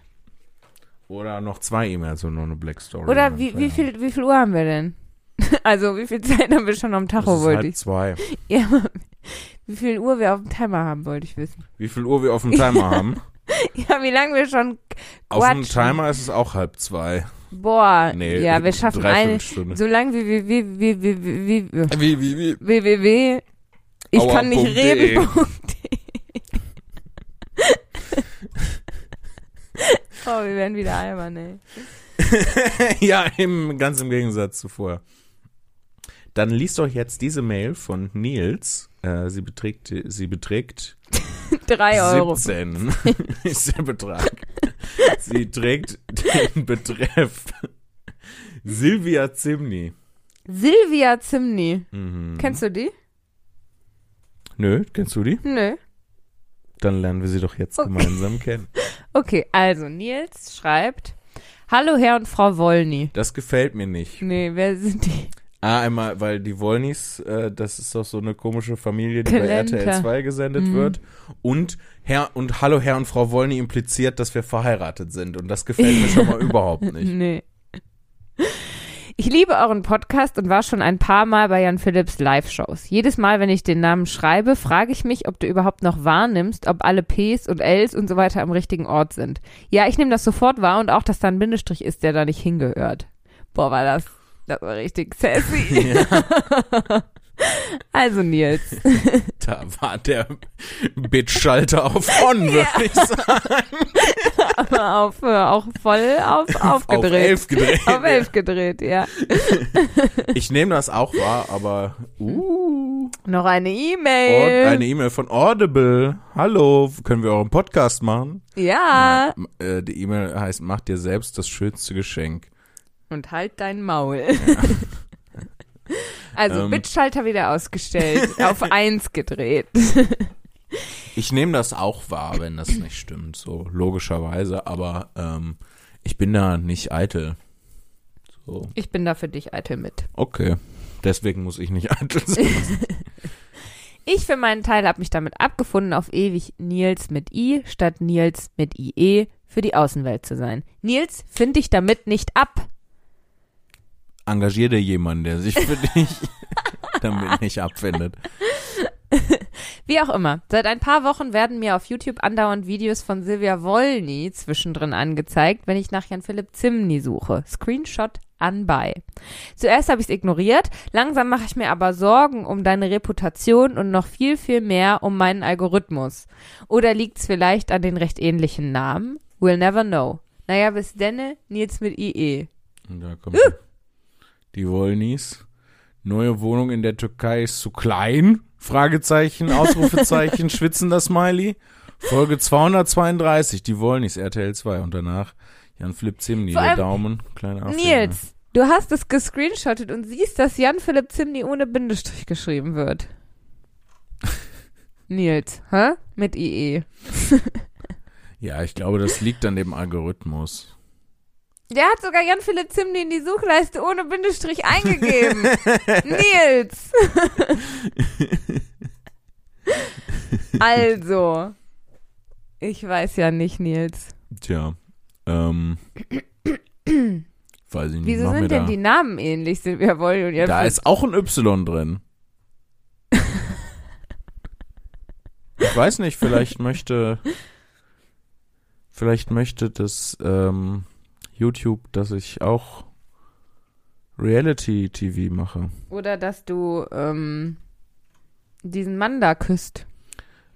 [SPEAKER 2] Oder noch zwei E-Mails und noch eine Black Story.
[SPEAKER 1] Oder wie, wie, viel, wie viel Uhr haben wir denn? Also, wie viel Zeit haben wir schon am Tacho, wollte
[SPEAKER 2] wollte
[SPEAKER 1] ich.
[SPEAKER 2] zwei.
[SPEAKER 1] Ja, wie viel Uhr wir auf dem Timer haben, wollte ich wissen.
[SPEAKER 2] Wie viel Uhr wir auf dem Timer haben?
[SPEAKER 1] Ja, wie lange wir schon.
[SPEAKER 2] Auf dem
[SPEAKER 1] Quatsch.
[SPEAKER 2] Timer ist es auch halb zwei.
[SPEAKER 1] Boah,
[SPEAKER 2] Nee,
[SPEAKER 1] Äh, ja, wir schaffen eine.
[SPEAKER 2] Dreiviertelstunde.
[SPEAKER 1] So lange wie wir. Wie, wie, wie, wie, wie,
[SPEAKER 2] Wie, wie, wie?
[SPEAKER 1] www. Ich
[SPEAKER 2] Aua.
[SPEAKER 1] kann nicht
[SPEAKER 2] de.
[SPEAKER 1] reden. Oh, wir werden wieder albern, ey.
[SPEAKER 2] ja, im, ganz im Gegensatz zu vorher. Dann liest doch jetzt diese Mail von Nils. Äh, sie beträgt, sie beträgt
[SPEAKER 1] Drei Euro.
[SPEAKER 2] 17. ist der Betrag. Sie trägt den Betreff Silvia Zimni.
[SPEAKER 1] Silvia Zimni.
[SPEAKER 2] Mhm.
[SPEAKER 1] Kennst du die?
[SPEAKER 2] Nö, kennst du die?
[SPEAKER 1] Nö.
[SPEAKER 2] Dann lernen wir sie doch jetzt
[SPEAKER 1] Okay.
[SPEAKER 2] gemeinsam kennen.
[SPEAKER 1] Okay, also Nils schreibt: Hallo Herr und Frau Wollny.
[SPEAKER 2] Das gefällt mir nicht.
[SPEAKER 1] Nee, wer sind die?
[SPEAKER 2] Ah, einmal, weil die Wollnis, äh, das ist doch so eine komische Familie, die
[SPEAKER 1] Klenter.
[SPEAKER 2] bei RTL 2 gesendet wird. Und Herr und Hallo Herr und Frau Wollny impliziert, dass wir verheiratet sind. Und das gefällt mir schon mal überhaupt nicht.
[SPEAKER 1] Nee. Ich liebe euren Podcast und war schon ein paar Mal bei Jan Philipps Live-Shows. Jedes Mal, wenn ich den Namen schreibe, frage ich mich, ob du überhaupt noch wahrnimmst, ob alle Ps und Ls und so weiter am richtigen Ort sind. Ja, ich nehme das sofort wahr und auch, dass da ein Bindestrich ist, der da nicht hingehört. Boah, war das, das war richtig sassy. also Nils,
[SPEAKER 2] Da war der Bitch-Schalter auf On, würde ich sagen.
[SPEAKER 1] aber auf, äh, auch voll auf,
[SPEAKER 2] Auf
[SPEAKER 1] aufgedreht.
[SPEAKER 2] 11 gedreht.
[SPEAKER 1] Auf elf gedreht, ja.
[SPEAKER 2] Ich nehme das auch wahr, aber. Uh.
[SPEAKER 1] Noch eine
[SPEAKER 2] Und
[SPEAKER 1] E-Mail.
[SPEAKER 2] eine E-Mail von Audible. Hallo, können wir euren Podcast machen?
[SPEAKER 1] ja.
[SPEAKER 2] M- Äh, die E-Mail heißt, mach dir selbst das schönste Geschenk.
[SPEAKER 1] Und halt dein Maul. also
[SPEAKER 2] Ähm.
[SPEAKER 1] Bitschalter wieder ausgestellt, auf eins gedreht.
[SPEAKER 2] Ich nehme das auch wahr, wenn das nicht stimmt, so logischerweise, aber ähm, ich bin da nicht eitel. So,
[SPEAKER 1] Ich bin da für dich, Eitel, mit.
[SPEAKER 2] okay. Deswegen muss ich nicht eitel sein.
[SPEAKER 1] Ich für meinen Teil habe mich damit abgefunden, auf ewig Nils mit I statt Nils mit IE für die Außenwelt zu sein. Nils, find dich damit nicht ab.
[SPEAKER 2] Engagier dir jemanden, der sich für dich damit nicht abfindet.
[SPEAKER 1] Wie auch immer, seit ein paar Wochen werden mir auf YouTube andauernd Videos von Silvia Wolny zwischendrin angezeigt, wenn ich nach Jan Philipp Zimny suche. Screenshot anbei. Zuerst habe ich es ignoriert, langsam mache ich mir aber Sorgen um deine Reputation und noch viel, viel mehr um meinen Algorithmus. Oder liegt's vielleicht an den recht ähnlichen Namen? We'll never know. Naja, bis denne, Nils mit E. IE.
[SPEAKER 2] Und da kommt die Wollnis. Neue Wohnung in der Türkei ist zu klein? Fragezeichen, Ausrufezeichen, schwitzender Smiley. Folge 232, die Wollnis, RTL 2. Und danach Jan Flip Zimni,
[SPEAKER 1] Vor
[SPEAKER 2] der
[SPEAKER 1] allem-
[SPEAKER 2] Daumen, kleiner Affäre.
[SPEAKER 1] Nils, du hast es gescreenshottet und siehst, dass Jan Philipp Zimni ohne Bindestrich geschrieben wird. Nils, hä? Mit E. IE.
[SPEAKER 2] Ja, ich glaube, das liegt an dem Algorithmus.
[SPEAKER 1] Der hat sogar Jan Philipp Zimni in die Suchleiste ohne Bindestrich eingegeben. Nils! also. Ich weiß ja nicht, Nils.
[SPEAKER 2] Tja, ähm, weiß ich nicht,
[SPEAKER 1] Wieso
[SPEAKER 2] mach mir
[SPEAKER 1] sind
[SPEAKER 2] da.
[SPEAKER 1] denn die Namen ähnlich? Sind wir wollen und Jan
[SPEAKER 2] da
[SPEAKER 1] Philipp
[SPEAKER 2] ist auch ein Y drin. ich weiß nicht, vielleicht möchte, vielleicht möchte das ähm, YouTube, dass ich auch Reality-TV mache.
[SPEAKER 1] Oder dass du ähm, diesen Mann da küsst.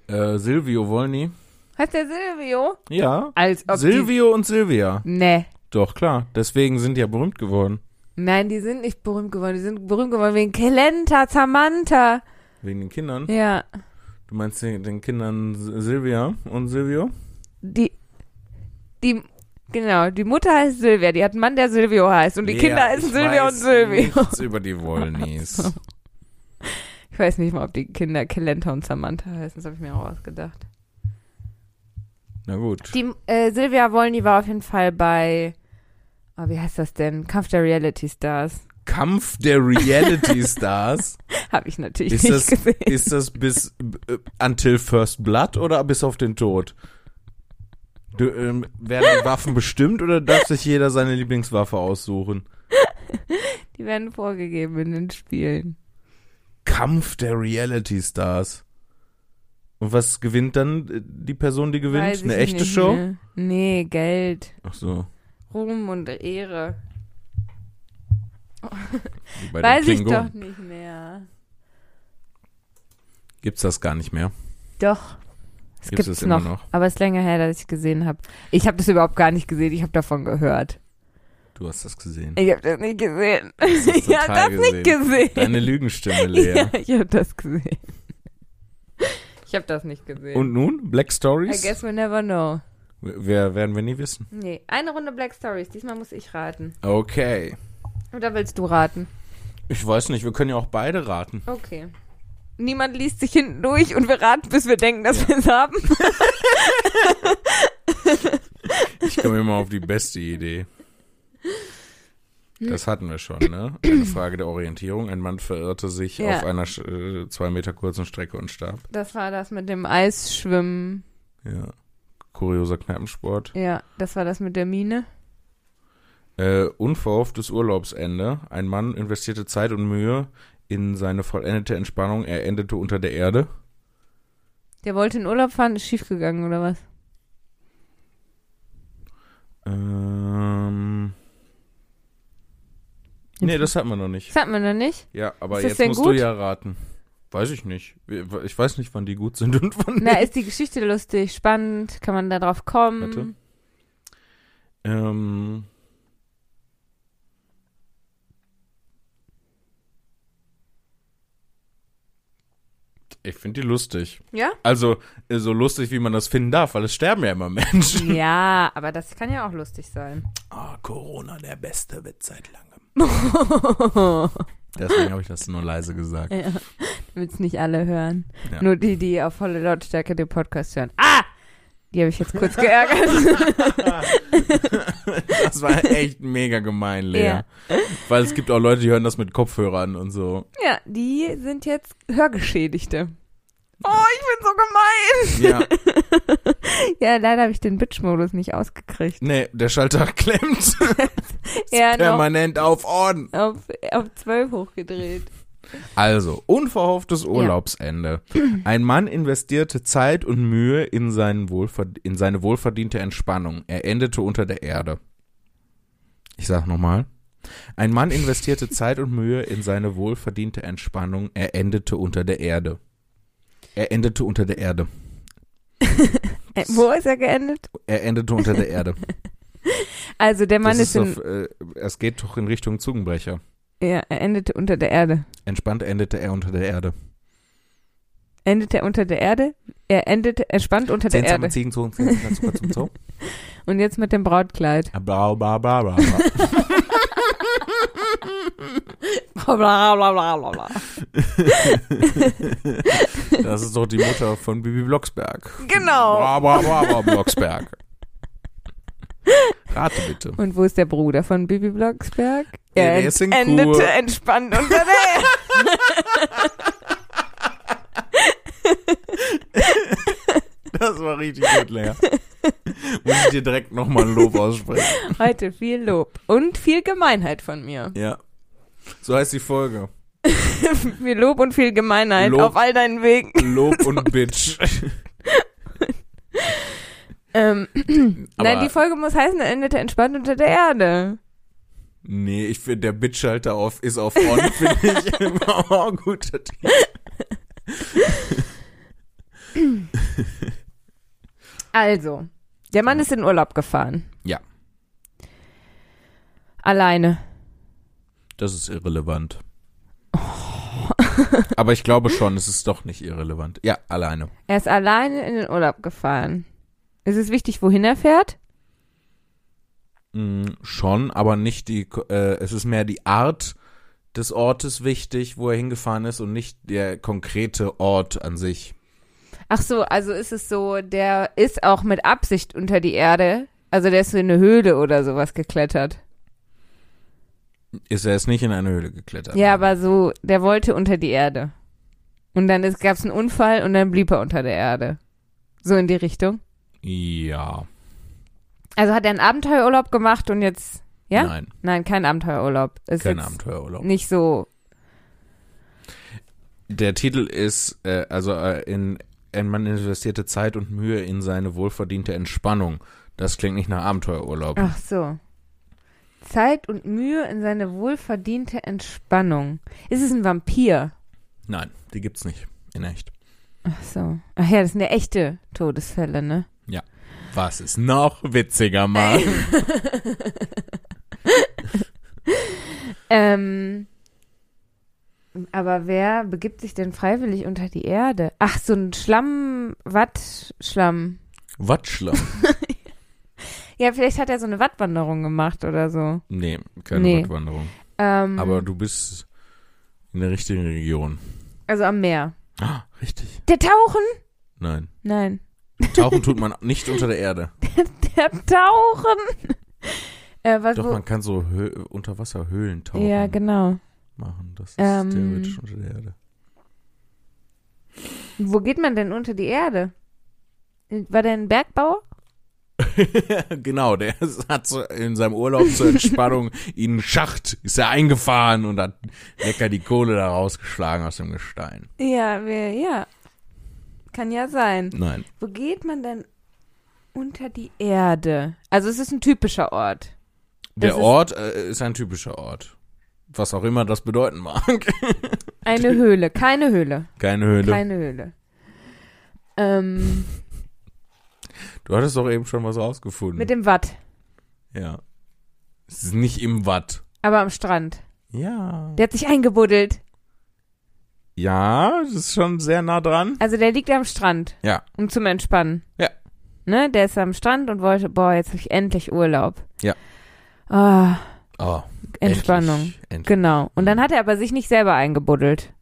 [SPEAKER 2] Äh, Silvio Wolny.
[SPEAKER 1] Heißt der Silvio?
[SPEAKER 2] Ja.
[SPEAKER 1] Als ob
[SPEAKER 2] Silvio und Silvia.
[SPEAKER 1] Die, nee.
[SPEAKER 2] Doch, klar. Deswegen sind die ja berühmt geworden.
[SPEAKER 1] Nein, die sind nicht berühmt geworden. Die sind berühmt geworden wegen Kelenta, Zamanta.
[SPEAKER 2] Wegen den Kindern.
[SPEAKER 1] Ja.
[SPEAKER 2] Du meinst den, den Kindern S- Silvia und Silvio?
[SPEAKER 1] Die, die, genau, die Mutter heißt Silvia. Die hat einen Mann, der Silvio heißt. Und die
[SPEAKER 2] Ja,
[SPEAKER 1] Kinder heißen
[SPEAKER 2] ich
[SPEAKER 1] Silvia und
[SPEAKER 2] weiß
[SPEAKER 1] Silvio.
[SPEAKER 2] Nichts über die Wollnies.
[SPEAKER 1] Ich weiß nicht mal, ob die Kinder Kelenta und Samantha heißen. Das habe ich mir auch ausgedacht.
[SPEAKER 2] Na gut.
[SPEAKER 1] Die äh, Silvia Wollny war auf jeden Fall bei, oh, wie heißt das denn? Kampf der Reality Stars.
[SPEAKER 2] Kampf der Reality Stars.
[SPEAKER 1] Habe ich natürlich
[SPEAKER 2] Ist
[SPEAKER 1] nicht
[SPEAKER 2] das-
[SPEAKER 1] gesehen.
[SPEAKER 2] Ist das bis äh, Until First Blood oder bis auf den Tod? Du, ähm, werden die Waffen bestimmt oder darf sich jeder seine Lieblingswaffe aussuchen?
[SPEAKER 1] Die werden vorgegeben in den Spielen.
[SPEAKER 2] Kampf der Reality Stars. Und was gewinnt dann äh, die Person, die gewinnt?
[SPEAKER 1] Weiß
[SPEAKER 2] Eine
[SPEAKER 1] ich
[SPEAKER 2] echte
[SPEAKER 1] nicht
[SPEAKER 2] Show?
[SPEAKER 1] mehr. Nee, Geld,
[SPEAKER 2] Ach so.
[SPEAKER 1] Ruhm und Ehre.
[SPEAKER 2] wie bei den
[SPEAKER 1] Weiß ich
[SPEAKER 2] Klingonen.
[SPEAKER 1] doch nicht mehr.
[SPEAKER 2] Gibt's das gar nicht mehr.
[SPEAKER 1] Doch. Es
[SPEAKER 2] Gibt's
[SPEAKER 1] gibt's,
[SPEAKER 2] das
[SPEAKER 1] noch,
[SPEAKER 2] immer noch?
[SPEAKER 1] aber es ist länger her, dass ich gesehen habe. Ich habe das überhaupt gar nicht gesehen, ich habe davon gehört.
[SPEAKER 2] Du hast das gesehen.
[SPEAKER 1] Ich habe das nicht gesehen.
[SPEAKER 2] hast
[SPEAKER 1] ich habe das
[SPEAKER 2] total
[SPEAKER 1] nicht gesehen.
[SPEAKER 2] Deine Lügenstimme, Lea.
[SPEAKER 1] Ja, ich habe das gesehen. Ich habe das nicht gesehen.
[SPEAKER 2] Und nun? Black
[SPEAKER 1] I
[SPEAKER 2] Stories?
[SPEAKER 1] guess we'll never know.
[SPEAKER 2] Wer werden wir nie wissen.
[SPEAKER 1] Nee, eine Runde Black Stories. Diesmal muss ich raten.
[SPEAKER 2] Okay.
[SPEAKER 1] Oder willst du raten?
[SPEAKER 2] Ich weiß nicht, wir können ja auch beide raten.
[SPEAKER 1] Okay. Niemand liest sich hinten durch und wir raten, bis wir denken, dass wir es haben.
[SPEAKER 2] Ich komme immer auf die beste Idee. Das hatten wir schon, ne? Eine Frage der Orientierung. Ein Mann verirrte sich
[SPEAKER 1] Ja.
[SPEAKER 2] auf einer sch- äh, zwei Meter kurzen Strecke und starb.
[SPEAKER 1] Das war das mit dem Eisschwimmen.
[SPEAKER 2] Ja. Kurioser Kneipensport.
[SPEAKER 1] Ja, das war das mit der Mine.
[SPEAKER 2] Äh, unverhofftes Urlaubsende. Ein Mann investierte Zeit und Mühe in seine vollendete Entspannung. Er endete unter der Erde.
[SPEAKER 1] Der wollte in Urlaub fahren, ist schiefgegangen oder was?
[SPEAKER 2] Ähm, nee, das hatten wir noch nicht.
[SPEAKER 1] Das hat man doch nicht.
[SPEAKER 2] Ja, aber
[SPEAKER 1] Ist das
[SPEAKER 2] jetzt
[SPEAKER 1] denn
[SPEAKER 2] musst du
[SPEAKER 1] gut?
[SPEAKER 2] ja raten. Weiß ich nicht. Ich weiß nicht, wann die gut sind und wann
[SPEAKER 1] Na,
[SPEAKER 2] nicht.
[SPEAKER 1] ist die Geschichte lustig, spannend, kann man da drauf kommen?
[SPEAKER 2] Warte. Ähm, ich finde die lustig.
[SPEAKER 1] Ja?
[SPEAKER 2] Also äh, so lustig, wie man das finden darf, weil es sterben ja immer Menschen.
[SPEAKER 1] Ja, aber das kann ja auch lustig sein.
[SPEAKER 2] Ah, Corona, der beste Witz seit langem.
[SPEAKER 1] ja,
[SPEAKER 2] Deswegen habe ich das nur leise gesagt.
[SPEAKER 1] damit es nicht alle hören.
[SPEAKER 2] Ja.
[SPEAKER 1] Nur die, die auf volle Lautstärke den Podcast hören. Ah! Die habe ich jetzt kurz geärgert.
[SPEAKER 2] Das war echt mega gemein, Lea.
[SPEAKER 1] Ja.
[SPEAKER 2] Weil es gibt auch Leute, die hören das mit Kopfhörern und so.
[SPEAKER 1] ja, die sind jetzt Hörgeschädigte. Oh, ich bin so gemein. Ja, leider habe ich den Bitch-Modus nicht ausgekriegt.
[SPEAKER 2] Nee, der Schalter klemmt
[SPEAKER 1] Ja, noch
[SPEAKER 2] permanent auf Oh, On.
[SPEAKER 1] auf, auf 12 hochgedreht.
[SPEAKER 2] Also, unverhofftes Urlaubsende. Ein Mann investierte Zeit und Mühe in, seinen Wohlverd in seine wohlverdiente Entspannung. Er endete unter der Erde. Ich sag nochmal. Ein Mann investierte Zeit und Mühe in seine wohlverdiente Entspannung. Er endete unter der Erde. Er endete unter der Erde.
[SPEAKER 1] Äh, wo ist er geendet?
[SPEAKER 2] Er endete unter der Erde.
[SPEAKER 1] Also der Mann
[SPEAKER 2] Das
[SPEAKER 1] ist,
[SPEAKER 2] ist
[SPEAKER 1] in,
[SPEAKER 2] auf, äh, es geht doch in Richtung Zungenbrecher.
[SPEAKER 1] ja, er endete unter der Erde.
[SPEAKER 2] Entspannt endete er unter der Erde.
[SPEAKER 1] Endet er unter der Erde? Er endete, er spannt unter der
[SPEAKER 2] Zehnsame
[SPEAKER 1] Erde.
[SPEAKER 2] Ziegen zogen, zehnsame Zucker zum Zoo.
[SPEAKER 1] Und jetzt mit dem Brautkleid.
[SPEAKER 2] Bla, bla, bla, bla, bla.
[SPEAKER 1] Bla, bla, bla, bla, bla, bla.
[SPEAKER 2] Das ist doch die Mutter von Bibi Blocksberg.
[SPEAKER 1] Genau.
[SPEAKER 2] Bra, bra, bra, bra, Blocksberg. Rate bitte.
[SPEAKER 1] Und wo ist der Bruder von Bibi Blocksberg?
[SPEAKER 2] Ja,
[SPEAKER 1] Er
[SPEAKER 2] der ist in
[SPEAKER 1] endete
[SPEAKER 2] Kur.
[SPEAKER 1] entspannt unter der Erde.
[SPEAKER 2] Das war richtig gut, Lea. Muss ich dir direkt nochmal ein Lob aussprechen.
[SPEAKER 1] Heute viel Lob und viel Gemeinheit von mir.
[SPEAKER 2] Ja. So heißt die Folge.
[SPEAKER 1] Viel Lob und viel Gemeinheit
[SPEAKER 2] Lob.
[SPEAKER 1] auf all deinen Wegen.
[SPEAKER 2] Lob und Bitch.
[SPEAKER 1] Ähm, nein,
[SPEAKER 2] Aber-
[SPEAKER 1] die Folge muss heißen, er endete entspannt unter der Erde.
[SPEAKER 2] Nee, ich finde, der Bitch-Schalter auf, ist auf on, finde ich immer auch ein guter Titel.
[SPEAKER 1] Also, der Mann ist in Urlaub gefahren.
[SPEAKER 2] Ja.
[SPEAKER 1] Alleine.
[SPEAKER 2] Das ist irrelevant. Aber ich glaube schon, es ist doch nicht irrelevant. Ja, alleine.
[SPEAKER 1] Er ist alleine in den Urlaub gefahren. Ist es wichtig, wohin er fährt?
[SPEAKER 2] Mm, schon, aber nicht die, Ko- äh, es ist mehr die Art des Ortes wichtig, wo er hingefahren ist und nicht der konkrete Ort an sich.
[SPEAKER 1] Ach so, also ist es so, der ist auch mit Absicht unter die Erde. Also der ist so in eine Höhle oder sowas geklettert.
[SPEAKER 2] Ist er jetzt nicht in eine Höhle geklettert?
[SPEAKER 1] Ja, aber so, der wollte unter die Erde. Und dann gab es einen Unfall und dann blieb er unter der Erde. So in die Richtung.
[SPEAKER 2] Ja.
[SPEAKER 1] Also hat er einen Abenteuerurlaub gemacht und jetzt. Ja?
[SPEAKER 2] Nein,
[SPEAKER 1] Nein, kein Abenteuerurlaub. Ist
[SPEAKER 2] kein
[SPEAKER 1] jetzt
[SPEAKER 2] Abenteuerurlaub.
[SPEAKER 1] Nicht so.
[SPEAKER 2] Der Titel ist, äh, also äh, in ein Mann investierte Zeit und Mühe in seine wohlverdiente Entspannung. Das klingt nicht nach Abenteuerurlaub.
[SPEAKER 1] Ach so. Zeit und Mühe in seine wohlverdiente Entspannung. Ist es ein Vampir?
[SPEAKER 2] Nein, die gibt's nicht. In echt.
[SPEAKER 1] Ach so. Ach ja, das sind ja echte Todesfälle, ne?
[SPEAKER 2] Was ist noch witziger, Mann?
[SPEAKER 1] Ähm. Aber wer begibt sich denn freiwillig unter die Erde? Ach, so ein Schlamm, Wattschlamm.
[SPEAKER 2] Watschler.
[SPEAKER 1] Ja, vielleicht hat er so eine Wattwanderung gemacht oder so.
[SPEAKER 2] Nee, keine
[SPEAKER 1] Nee.
[SPEAKER 2] Wattwanderung.
[SPEAKER 1] Ähm,
[SPEAKER 2] Aber du bist in der richtigen Region.
[SPEAKER 1] also am Meer.
[SPEAKER 2] Ah, richtig.
[SPEAKER 1] Der Tauchen?
[SPEAKER 2] Nein.
[SPEAKER 1] Nein.
[SPEAKER 2] Tauchen tut man nicht unter der Erde.
[SPEAKER 1] Der Tauchen. Äh, was,
[SPEAKER 2] Doch,
[SPEAKER 1] wo,
[SPEAKER 2] man kann so Hö Unterwasserhöhlen tauchen
[SPEAKER 1] ja, genau.
[SPEAKER 2] machen. Das ist
[SPEAKER 1] Ähm.
[SPEAKER 2] theoretisch unter der Erde.
[SPEAKER 1] Wo geht man denn unter die Erde? War der ein Bergbauer?
[SPEAKER 2] genau, der hat so in seinem Urlaub zur Entspannung in einen Schacht, ist er eingefahren und hat lecker die Kohle da rausgeschlagen aus dem Gestein.
[SPEAKER 1] Ja, wir, ja. Kann ja sein.
[SPEAKER 2] Nein.
[SPEAKER 1] Wo geht man denn unter die Erde? Also es ist ein typischer Ort.
[SPEAKER 2] Der
[SPEAKER 1] Das ist-
[SPEAKER 2] Ort äh, ist ein typischer Ort. Was auch immer das bedeuten mag.
[SPEAKER 1] Eine Höhle, keine Höhle,
[SPEAKER 2] Keine Höhle.
[SPEAKER 1] keine Höhle. Ähm,
[SPEAKER 2] du hattest doch eben schon was rausgefunden.
[SPEAKER 1] mit dem Watt,
[SPEAKER 2] ja. Es ist nicht im Watt.
[SPEAKER 1] aber am Strand.
[SPEAKER 2] Ja.
[SPEAKER 1] Der hat sich eingebuddelt.
[SPEAKER 2] Ja, das ist schon sehr nah dran.
[SPEAKER 1] Also der liegt am Strand.
[SPEAKER 2] Ja.
[SPEAKER 1] Um zum Entspannen.
[SPEAKER 2] Ja.
[SPEAKER 1] Ne, der ist am Strand und wollte, boah, jetzt habe ich endlich Urlaub.
[SPEAKER 2] Ja.
[SPEAKER 1] Ah,
[SPEAKER 2] Oh,
[SPEAKER 1] Entspannung.
[SPEAKER 2] Endlich. Endlich.
[SPEAKER 1] Genau. Und dann hat er aber sich nicht selber eingebuddelt.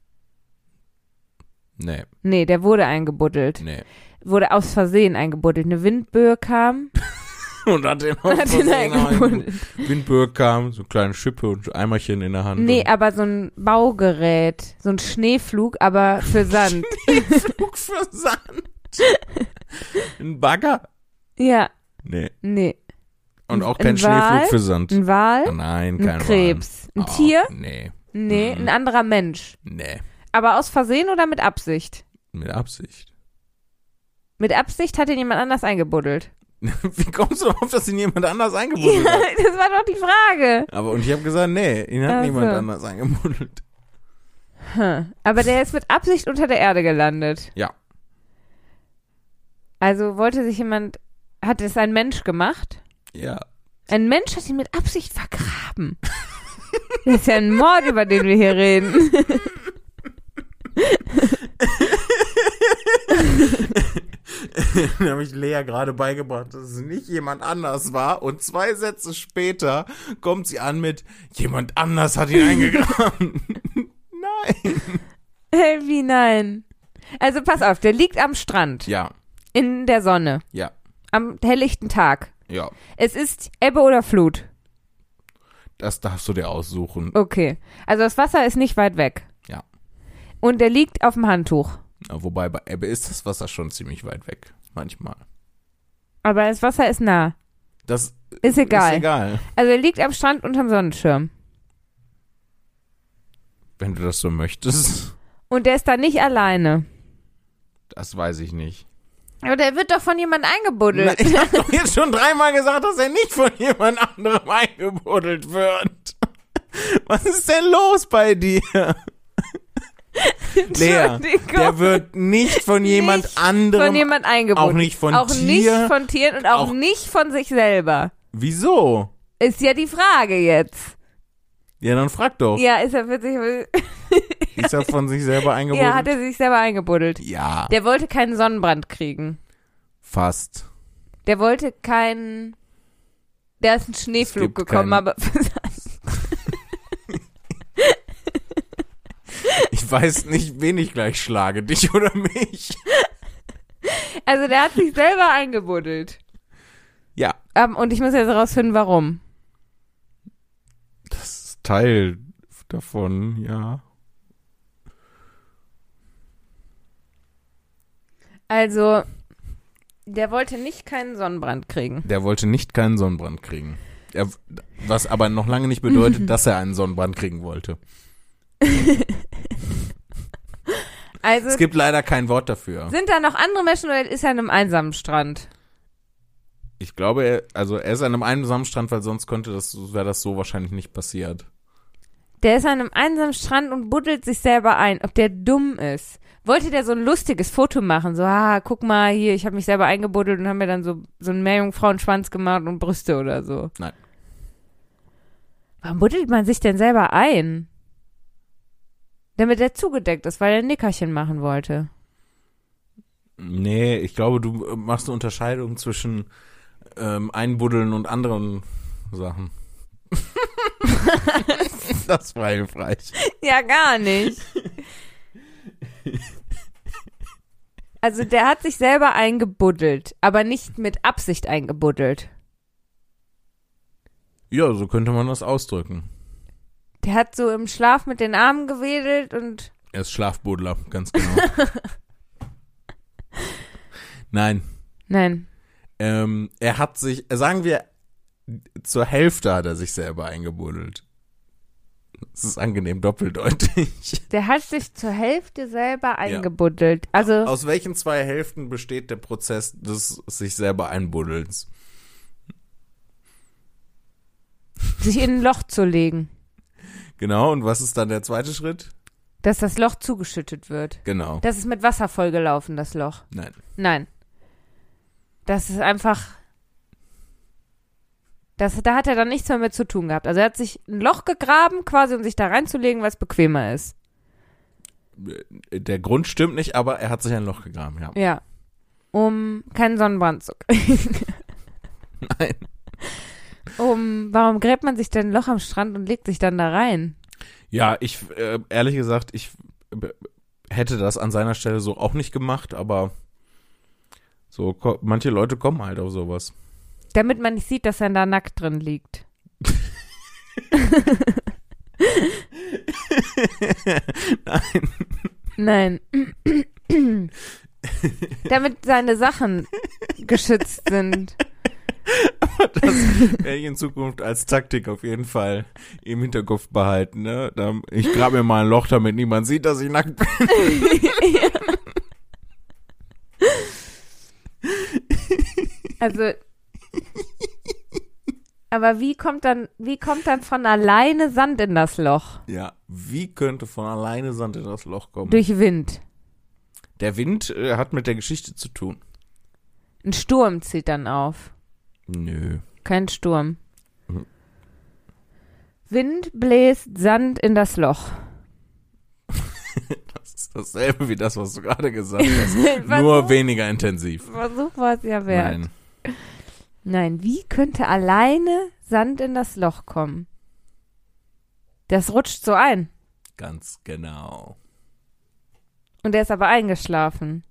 [SPEAKER 2] Nee,
[SPEAKER 1] Nee, der wurde eingebuddelt.
[SPEAKER 2] nee.
[SPEAKER 1] Wurde aus Versehen eingebuddelt. Eine Windböe kam.
[SPEAKER 2] Und hat den auch
[SPEAKER 1] Hat ihn eingebuddelt.
[SPEAKER 2] Windböe kam, so kleine Schippe und Eimerchen in der Hand.
[SPEAKER 1] Nee, aber so ein Baugerät, so ein Schneeflug, aber für Sand.
[SPEAKER 2] Guck für Sand. Ein Bagger?
[SPEAKER 1] ja,
[SPEAKER 2] Nee.
[SPEAKER 1] nee.
[SPEAKER 2] Und auch
[SPEAKER 1] Ein
[SPEAKER 2] kein
[SPEAKER 1] Wal?
[SPEAKER 2] Schneeflug für Sand.
[SPEAKER 1] Ein Wal, Oh.
[SPEAKER 2] Nein, kein
[SPEAKER 1] ein Krebs, ein
[SPEAKER 2] Wal. Ah,
[SPEAKER 1] Tier,
[SPEAKER 2] Nee,
[SPEAKER 1] nee,
[SPEAKER 2] Mhm.
[SPEAKER 1] ein anderer Mensch.
[SPEAKER 2] nee.
[SPEAKER 1] Aber aus Versehen oder mit Absicht?
[SPEAKER 2] Mit Absicht.
[SPEAKER 1] Mit Absicht hat ihn jemand anders eingebuddelt.
[SPEAKER 2] Wie kommst du darauf, dass ihn jemand anders
[SPEAKER 1] Ja,
[SPEAKER 2] eingebuddelt hat?
[SPEAKER 1] Oh, das war doch die Frage.
[SPEAKER 2] Aber und ich habe gesagt, nee, ihn hat
[SPEAKER 1] Ach
[SPEAKER 2] niemand
[SPEAKER 1] so.
[SPEAKER 2] anders eingebuddelt.
[SPEAKER 1] Hm. Aber der ist mit Absicht unter der Erde gelandet.
[SPEAKER 2] Ja.
[SPEAKER 1] Also wollte sich jemand, hat es ein Mensch gemacht?
[SPEAKER 2] Ja.
[SPEAKER 1] Ein Mensch hat ihn mit Absicht vergraben. Das ist ja ein Mord, über den wir hier reden.
[SPEAKER 2] Dann habe ich Lea gerade beigebracht, dass es nicht jemand anders war. Und zwei Sätze später kommt sie an mit, jemand anders hat ihn eingegraben. Nein.
[SPEAKER 1] Hey, wie nein. Also pass auf, der liegt am Strand,
[SPEAKER 2] Ja,
[SPEAKER 1] in der Sonne,
[SPEAKER 2] ja,
[SPEAKER 1] am helllichten Tag.
[SPEAKER 2] ja.
[SPEAKER 1] Es ist Ebbe oder Flut.
[SPEAKER 2] Das darfst du dir aussuchen.
[SPEAKER 1] Okay. Also das Wasser ist nicht weit weg.
[SPEAKER 2] Ja.
[SPEAKER 1] Und der liegt auf dem Handtuch.
[SPEAKER 2] Ja, Wobei bei Ebbe ist das Wasser schon ziemlich weit weg. Manchmal.
[SPEAKER 1] Aber das Wasser ist nah.
[SPEAKER 2] Das
[SPEAKER 1] Ist egal.
[SPEAKER 2] ist egal.
[SPEAKER 1] Also er liegt am Strand unterm Sonnenschirm.
[SPEAKER 2] Wenn du das so möchtest.
[SPEAKER 1] Und der ist da nicht alleine.
[SPEAKER 2] Das weiß ich nicht.
[SPEAKER 1] Aber der wird doch von jemand
[SPEAKER 2] Na,
[SPEAKER 1] eingebuddelt.
[SPEAKER 2] ich habe doch jetzt schon dreimal gesagt, dass er nicht von jemand anderem eingebuddelt wird. Was ist denn los bei dir? Lea, der
[SPEAKER 1] Entschuldigung.
[SPEAKER 2] wird nicht von jemand
[SPEAKER 1] Nicht
[SPEAKER 2] anderem,
[SPEAKER 1] Von jemand eingebuddelt.
[SPEAKER 2] auch nicht von
[SPEAKER 1] auch nicht
[SPEAKER 2] Tier.
[SPEAKER 1] von Tieren und auch,
[SPEAKER 2] Auch-
[SPEAKER 1] nicht von sich selber.
[SPEAKER 2] Wieso?
[SPEAKER 1] Ist ja die Frage jetzt.
[SPEAKER 2] Ja, dann frag doch.
[SPEAKER 1] Ja, ist er witzig.
[SPEAKER 2] Ist er von sich selber
[SPEAKER 1] Ja, hat
[SPEAKER 2] eingebuddelt?
[SPEAKER 1] er sich selber eingebuddelt.
[SPEAKER 2] Ja,
[SPEAKER 1] Der wollte keinen Sonnenbrand kriegen.
[SPEAKER 2] fast.
[SPEAKER 1] Der wollte keinen. Der ist ein
[SPEAKER 2] Es
[SPEAKER 1] Schneeflug
[SPEAKER 2] gibt
[SPEAKER 1] gekommen,
[SPEAKER 2] keinen-
[SPEAKER 1] aber.
[SPEAKER 2] Ich weiß nicht, wen ich gleich schlage, dich oder mich.
[SPEAKER 1] Also der hat sich selber eingebuddelt.
[SPEAKER 2] Ja,
[SPEAKER 1] Ähm, und ich muss jetzt rausfinden, warum.
[SPEAKER 2] das ist Teil davon, ja.
[SPEAKER 1] Also, der wollte nicht keinen Sonnenbrand kriegen.
[SPEAKER 2] Der wollte nicht keinen Sonnenbrand kriegen. Er, was aber noch lange nicht bedeutet, dass er einen Sonnenbrand kriegen wollte.
[SPEAKER 1] Also,
[SPEAKER 2] Es gibt leider kein Wort dafür.
[SPEAKER 1] sind da noch andere Menschen oder ist er an einem einsamen Strand?
[SPEAKER 2] Ich glaube, er, also er ist an einem einsamen Strand, weil sonst könnte das, wäre das so wahrscheinlich nicht passiert.
[SPEAKER 1] Der ist an einem einsamen Strand und buddelt sich selber ein, ob der dumm ist. Wollte der so ein lustiges Foto machen, so, ah, guck mal hier, ich habe mich selber eingebuddelt und habe mir dann so, so einen Meerjungfrauenschwanz gemacht und Brüste oder so.
[SPEAKER 2] Nein.
[SPEAKER 1] Warum buddelt man sich denn selber ein? Damit er zugedeckt ist, weil er ein Nickerchen machen wollte.
[SPEAKER 2] Nee, ich glaube, du äh, machst eine Unterscheidung zwischen ähm, Einbuddeln und anderen Sachen. das war hilfreich.
[SPEAKER 1] Ja, gar nicht. Also der hat sich selber eingebuddelt, aber nicht mit Absicht eingebuddelt.
[SPEAKER 2] Ja, so könnte man das ausdrücken.
[SPEAKER 1] Der hat so im Schlaf mit den Armen gewedelt und
[SPEAKER 2] Er ist Schlafbodler, ganz genau. Nein,
[SPEAKER 1] nein.
[SPEAKER 2] ähm, er hat sich, sagen wir, zur Hälfte hat er sich selber eingebuddelt. Das ist angenehm doppeldeutig.
[SPEAKER 1] Der hat sich zur Hälfte selber eingebuddelt. Also
[SPEAKER 2] Aus welchen zwei Hälften besteht der Prozess des sich selber einbuddelns?
[SPEAKER 1] sich in ein Loch zu legen,
[SPEAKER 2] Genau, und was ist dann der zweite Schritt?
[SPEAKER 1] dass das Loch zugeschüttet wird.
[SPEAKER 2] Genau.
[SPEAKER 1] Das ist mit Wasser vollgelaufen, das Loch.
[SPEAKER 2] Nein.
[SPEAKER 1] Nein. Das ist einfach. Das, da hat er dann nichts mehr mit zu tun gehabt. Also er hat sich ein Loch gegraben, quasi, um sich da reinzulegen, weil es bequemer ist.
[SPEAKER 2] Der Grund stimmt nicht, aber er hat sich ein Loch gegraben, ja.
[SPEAKER 1] Ja. Um keinen Sonnenbrand zu kriegen.
[SPEAKER 2] Nein.
[SPEAKER 1] Um, warum gräbt man sich denn ein Loch am Strand und legt sich dann da rein?
[SPEAKER 2] Ja, ich, äh, ehrlich gesagt, ich äh, hätte das an seiner Stelle so auch nicht gemacht, aber so, ko- manche Leute kommen halt auf sowas.
[SPEAKER 1] Damit man nicht sieht, dass er da nackt drin liegt.
[SPEAKER 2] Nein.
[SPEAKER 1] Nein. Damit seine Sachen geschützt sind.
[SPEAKER 2] Das werde ich in Zukunft als Taktik auf jeden Fall im Hinterkopf behalten. Ne? Da- Ich grabe mir mal ein Loch, damit niemand sieht, dass ich nackt bin.
[SPEAKER 1] Also. Aber wie kommt dann, wie kommt dann von alleine Sand in das Loch?
[SPEAKER 2] Ja, wie könnte von alleine Sand in das Loch kommen?
[SPEAKER 1] Durch Wind.
[SPEAKER 2] Der Wind äh, hat mit der Geschichte zu tun.
[SPEAKER 1] Ein Sturm zieht dann auf.
[SPEAKER 2] Nö.
[SPEAKER 1] Kein Sturm.
[SPEAKER 2] Mhm.
[SPEAKER 1] Wind bläst Sand in das Loch.
[SPEAKER 2] Das ist dasselbe wie das, was du gerade gesagt hast. Nur
[SPEAKER 1] Versuch,
[SPEAKER 2] weniger intensiv.
[SPEAKER 1] Versuch war es ja wert.
[SPEAKER 2] Nein.
[SPEAKER 1] Nein, wie könnte alleine Sand in das Loch kommen? Das rutscht so ein.
[SPEAKER 2] Ganz genau.
[SPEAKER 1] Und er ist aber eingeschlafen.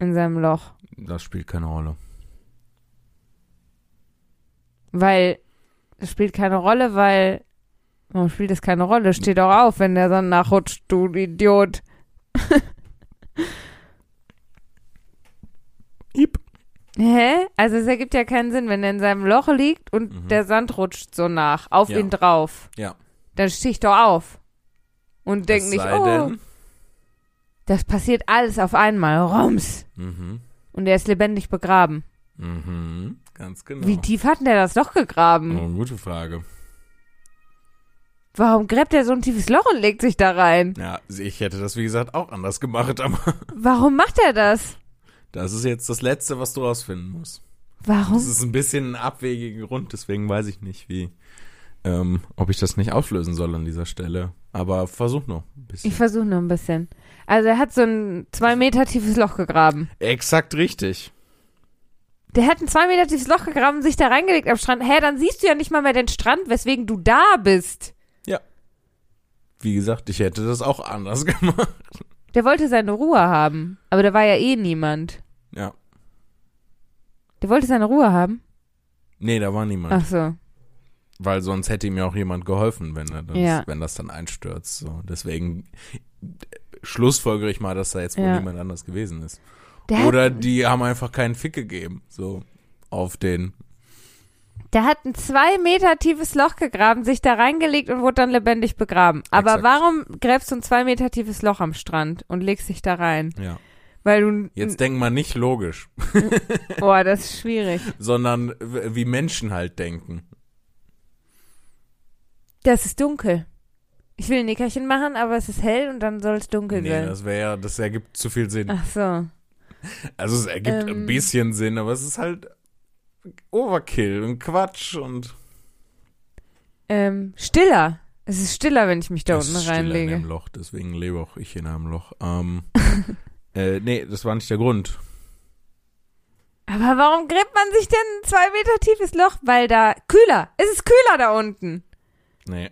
[SPEAKER 1] In seinem Loch.
[SPEAKER 2] Das spielt keine Rolle.
[SPEAKER 1] Weil es spielt keine Rolle, weil. Warum spielt es keine Rolle? Steht doch auf, wenn der Sonne nachrutscht, du Idiot.
[SPEAKER 2] Ip.
[SPEAKER 1] Hä? Also es ergibt ja keinen Sinn, wenn er in seinem Loch liegt und
[SPEAKER 2] Mhm.
[SPEAKER 1] der Sand rutscht so nach, auf
[SPEAKER 2] Ja.
[SPEAKER 1] ihn drauf.
[SPEAKER 2] Ja.
[SPEAKER 1] Dann steh ich doch auf. Und denk
[SPEAKER 2] Es
[SPEAKER 1] nicht,
[SPEAKER 2] sei
[SPEAKER 1] oh,
[SPEAKER 2] denn,
[SPEAKER 1] das passiert alles auf einmal. Rums.
[SPEAKER 2] mhm,
[SPEAKER 1] Und er ist lebendig begraben.
[SPEAKER 2] mhm, ganz genau.
[SPEAKER 1] Wie tief hat denn der das Loch gegraben?
[SPEAKER 2] Oh, gute Frage.
[SPEAKER 1] Warum gräbt er so ein tiefes Loch und legt sich da rein?
[SPEAKER 2] Ja, ich hätte das, wie gesagt, auch anders gemacht, aber
[SPEAKER 1] Warum macht er das?
[SPEAKER 2] das ist jetzt das Letzte, was du rausfinden musst. Das
[SPEAKER 1] Warum?
[SPEAKER 2] ist ein bisschen ein abwegiger Grund, deswegen weiß ich nicht, wie, ähm, ob ich das nicht auflösen soll an dieser Stelle. Aber versuch noch ein bisschen.
[SPEAKER 1] Ich versuche nur ein bisschen. Also er hat so ein zwei Meter tiefes Loch gegraben.
[SPEAKER 2] Exakt richtig.
[SPEAKER 1] Der hat ein zwei Meter tiefes Loch gegraben, sich da reingelegt am Strand. Hä, dann siehst du ja nicht mal mehr den Strand, weswegen du da bist.
[SPEAKER 2] Wie gesagt, ich hätte das auch anders gemacht.
[SPEAKER 1] Der wollte seine Ruhe haben. Aber da war ja eh niemand.
[SPEAKER 2] Ja.
[SPEAKER 1] Der wollte seine Ruhe haben.
[SPEAKER 2] Nee, da war niemand.
[SPEAKER 1] Ach so.
[SPEAKER 2] weil sonst hätte ihm ja auch jemand geholfen, wenn er das,
[SPEAKER 1] Ja.
[SPEAKER 2] wenn das dann einstürzt. So. Deswegen äh, schlussfolgere ich mal, dass da jetzt wohl
[SPEAKER 1] Ja.
[SPEAKER 2] niemand anders gewesen ist.
[SPEAKER 1] Der hat,
[SPEAKER 2] Oder die haben einfach keinen Fick gegeben, so auf den.
[SPEAKER 1] der hat ein zwei Meter tiefes Loch gegraben, sich da reingelegt und wurde dann lebendig begraben. Aber
[SPEAKER 2] Exakt.
[SPEAKER 1] warum gräbst du ein zwei Meter tiefes Loch am Strand und legst dich da rein?
[SPEAKER 2] Ja.
[SPEAKER 1] Weil du.
[SPEAKER 2] Jetzt denkt man nicht logisch,
[SPEAKER 1] Boah, das ist schwierig.
[SPEAKER 2] sondern w- wie Menschen halt denken.
[SPEAKER 1] Das ist dunkel. Ich will ein Nickerchen machen, aber es ist hell und dann soll es dunkel
[SPEAKER 2] Nee,
[SPEAKER 1] werden.
[SPEAKER 2] das wäre ja, das ergibt zu viel Sinn.
[SPEAKER 1] Ach so.
[SPEAKER 2] Also es ergibt ein
[SPEAKER 1] Ah, Ähm.
[SPEAKER 2] bisschen Sinn, aber es ist halt Overkill und Quatsch und
[SPEAKER 1] Ähm, stiller. Es ist stiller, wenn ich mich da
[SPEAKER 2] Es
[SPEAKER 1] unten
[SPEAKER 2] ist stiller In einem
[SPEAKER 1] reinlege.
[SPEAKER 2] Loch, deswegen lebe auch ich in einem Loch. Ähm, äh, nee, das war nicht der Grund.
[SPEAKER 1] Aber warum gräbt man sich denn ein zwei Meter tiefes Loch? Weil da kühler. Es ist kühler da unten.
[SPEAKER 2] Nee.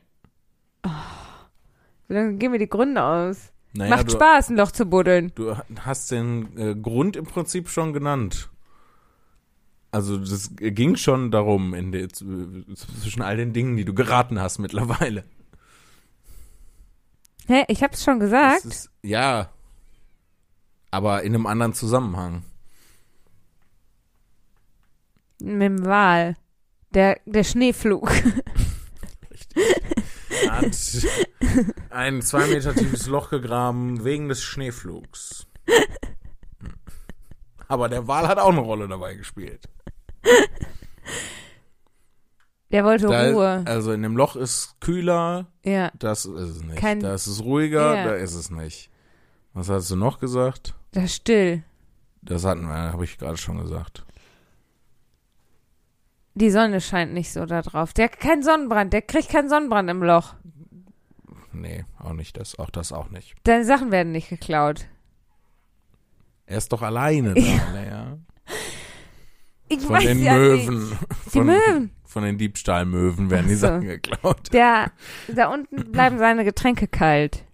[SPEAKER 1] Dann gehen wir die Gründe aus.
[SPEAKER 2] Naja,
[SPEAKER 1] Macht
[SPEAKER 2] du,
[SPEAKER 1] Spaß, ein Loch zu buddeln.
[SPEAKER 2] Du hast den äh, Grund im Prinzip schon genannt. Also das ging schon darum, in der, zwischen all den Dingen, die du geraten hast mittlerweile.
[SPEAKER 1] Hä, ich hab's schon
[SPEAKER 2] Das
[SPEAKER 1] gesagt.
[SPEAKER 2] Ist, ja. Aber in einem anderen Zusammenhang.
[SPEAKER 1] Mit dem Wal. Der, der Schneeflug.
[SPEAKER 2] Hat ein zwei Meter tiefes Loch gegraben wegen des Schneeflugs. Hm. Aber der Wal hat auch eine Rolle dabei gespielt.
[SPEAKER 1] Der wollte
[SPEAKER 2] Da-
[SPEAKER 1] Ruhe.
[SPEAKER 2] Also in dem Loch ist kühler,
[SPEAKER 1] ja.
[SPEAKER 2] das ist es nicht.
[SPEAKER 1] Kein-
[SPEAKER 2] da ist es ruhiger,
[SPEAKER 1] Ja.
[SPEAKER 2] da ist es nicht. Was hast du noch gesagt?
[SPEAKER 1] Das ist still.
[SPEAKER 2] Das hatten wir, habe ich gerade schon gesagt.
[SPEAKER 1] Die Sonne scheint nicht so da drauf. Der hat keinen Sonnenbrand. Der kriegt keinen Sonnenbrand im Loch.
[SPEAKER 2] Nee, auch nicht das, auch das auch nicht.
[SPEAKER 1] Deine Sachen werden nicht geklaut.
[SPEAKER 2] Er ist doch alleine da, naja.
[SPEAKER 1] Ich
[SPEAKER 2] Von
[SPEAKER 1] weiß
[SPEAKER 2] den
[SPEAKER 1] ja
[SPEAKER 2] Möwen.
[SPEAKER 1] nicht. Die
[SPEAKER 2] Von-
[SPEAKER 1] Möwen.
[SPEAKER 2] Von den Diebstahlmöwen werden die
[SPEAKER 1] Ach so.
[SPEAKER 2] Sachen geklaut.
[SPEAKER 1] Der, da unten bleiben seine Getränke kalt.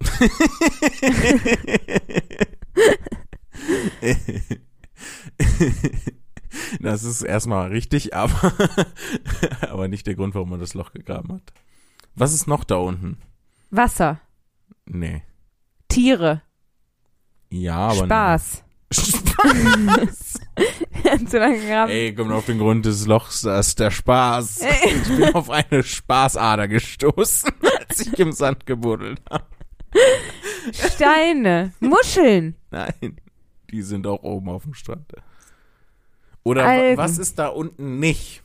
[SPEAKER 2] Das ist erstmal richtig, aber, aber nicht der Grund, warum man das Loch gegraben hat. Was ist noch da unten?
[SPEAKER 1] Wasser.
[SPEAKER 2] Nee.
[SPEAKER 1] Tiere.
[SPEAKER 2] Ja, aber.
[SPEAKER 1] Spaß.
[SPEAKER 2] Spaß.
[SPEAKER 1] Zu lange gegraben.
[SPEAKER 2] Ey, kommt auf den Grund des Lochs, da ist der Spaß. Ich bin auf eine Spaßader gestoßen, als ich im Sand gebuddelt habe.
[SPEAKER 1] Steine. Muscheln.
[SPEAKER 2] Nein, die sind auch oben auf dem Strand. Oder wa-
[SPEAKER 1] Algen.
[SPEAKER 2] was ist da unten nicht?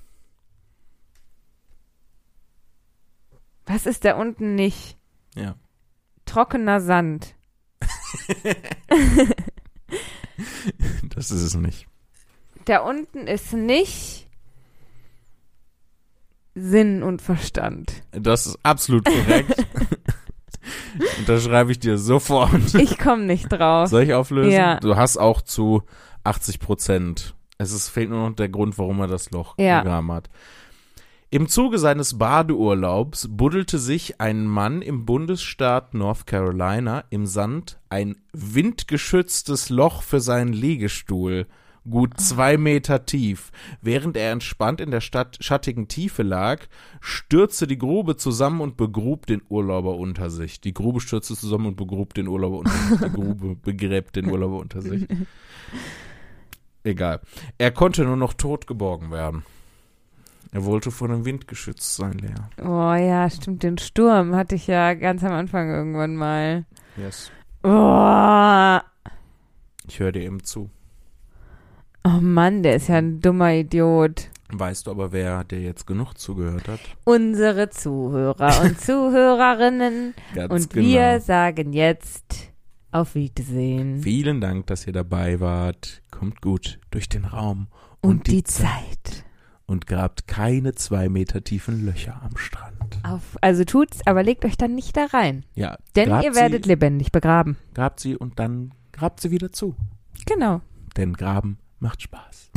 [SPEAKER 1] Was ist da unten nicht?
[SPEAKER 2] Ja.
[SPEAKER 1] Trockener Sand.
[SPEAKER 2] Das ist es nicht.
[SPEAKER 1] Da unten ist nicht Sinn und Verstand.
[SPEAKER 2] Das ist absolut korrekt. Und da schreibe ich dir sofort.
[SPEAKER 1] Ich komme nicht drauf.
[SPEAKER 2] Soll ich auflösen?
[SPEAKER 1] Ja.
[SPEAKER 2] Du hast auch zu 80 Prozent. Es ist, fehlt nur noch der Grund, warum er das Loch
[SPEAKER 1] Ja.
[SPEAKER 2] gegraben hat. Im Zuge seines Badeurlaubs buddelte sich ein Mann im Bundesstaat North Carolina im Sand ein windgeschütztes Loch für seinen Liegestuhl, gut zwei Meter tief. Während er entspannt in der Stadt schattigen Tiefe lag, stürzte die Grube zusammen und begrub den Urlauber unter sich. Die Grube stürzte zusammen und begrub den Urlauber unter sich. Die Grube begräbt den Urlauber unter sich. Egal. Er konnte nur noch tot geborgen werden. Er wollte vor dem Wind geschützt sein, Lea.
[SPEAKER 1] Oh ja, stimmt, den Sturm hatte ich ja ganz am Anfang irgendwann mal.
[SPEAKER 2] Yes.
[SPEAKER 1] Oh,
[SPEAKER 2] Ich höre dir eben zu.
[SPEAKER 1] oh Mann, der ist ja ein dummer Idiot.
[SPEAKER 2] Weißt du aber, wer dir jetzt genug zugehört hat?
[SPEAKER 1] Unsere Zuhörer und Zuhörerinnen
[SPEAKER 2] Ganz genau.
[SPEAKER 1] und wir sagen jetzt auf Wiedersehen
[SPEAKER 2] Vielen Dank, dass ihr dabei wart. Kommt gut durch den Raum
[SPEAKER 1] und,
[SPEAKER 2] und
[SPEAKER 1] die
[SPEAKER 2] die
[SPEAKER 1] Zeit.
[SPEAKER 2] und grabt keine zwei Meter tiefen Löcher am Strand.
[SPEAKER 1] Auf, also tut's, aber legt euch dann nicht da rein,
[SPEAKER 2] Ja,
[SPEAKER 1] denn
[SPEAKER 2] grabt
[SPEAKER 1] ihr werdet
[SPEAKER 2] sie,
[SPEAKER 1] lebendig begraben.
[SPEAKER 2] grabt sie und dann grabt sie wieder zu.
[SPEAKER 1] Genau.
[SPEAKER 2] Denn graben macht Spaß.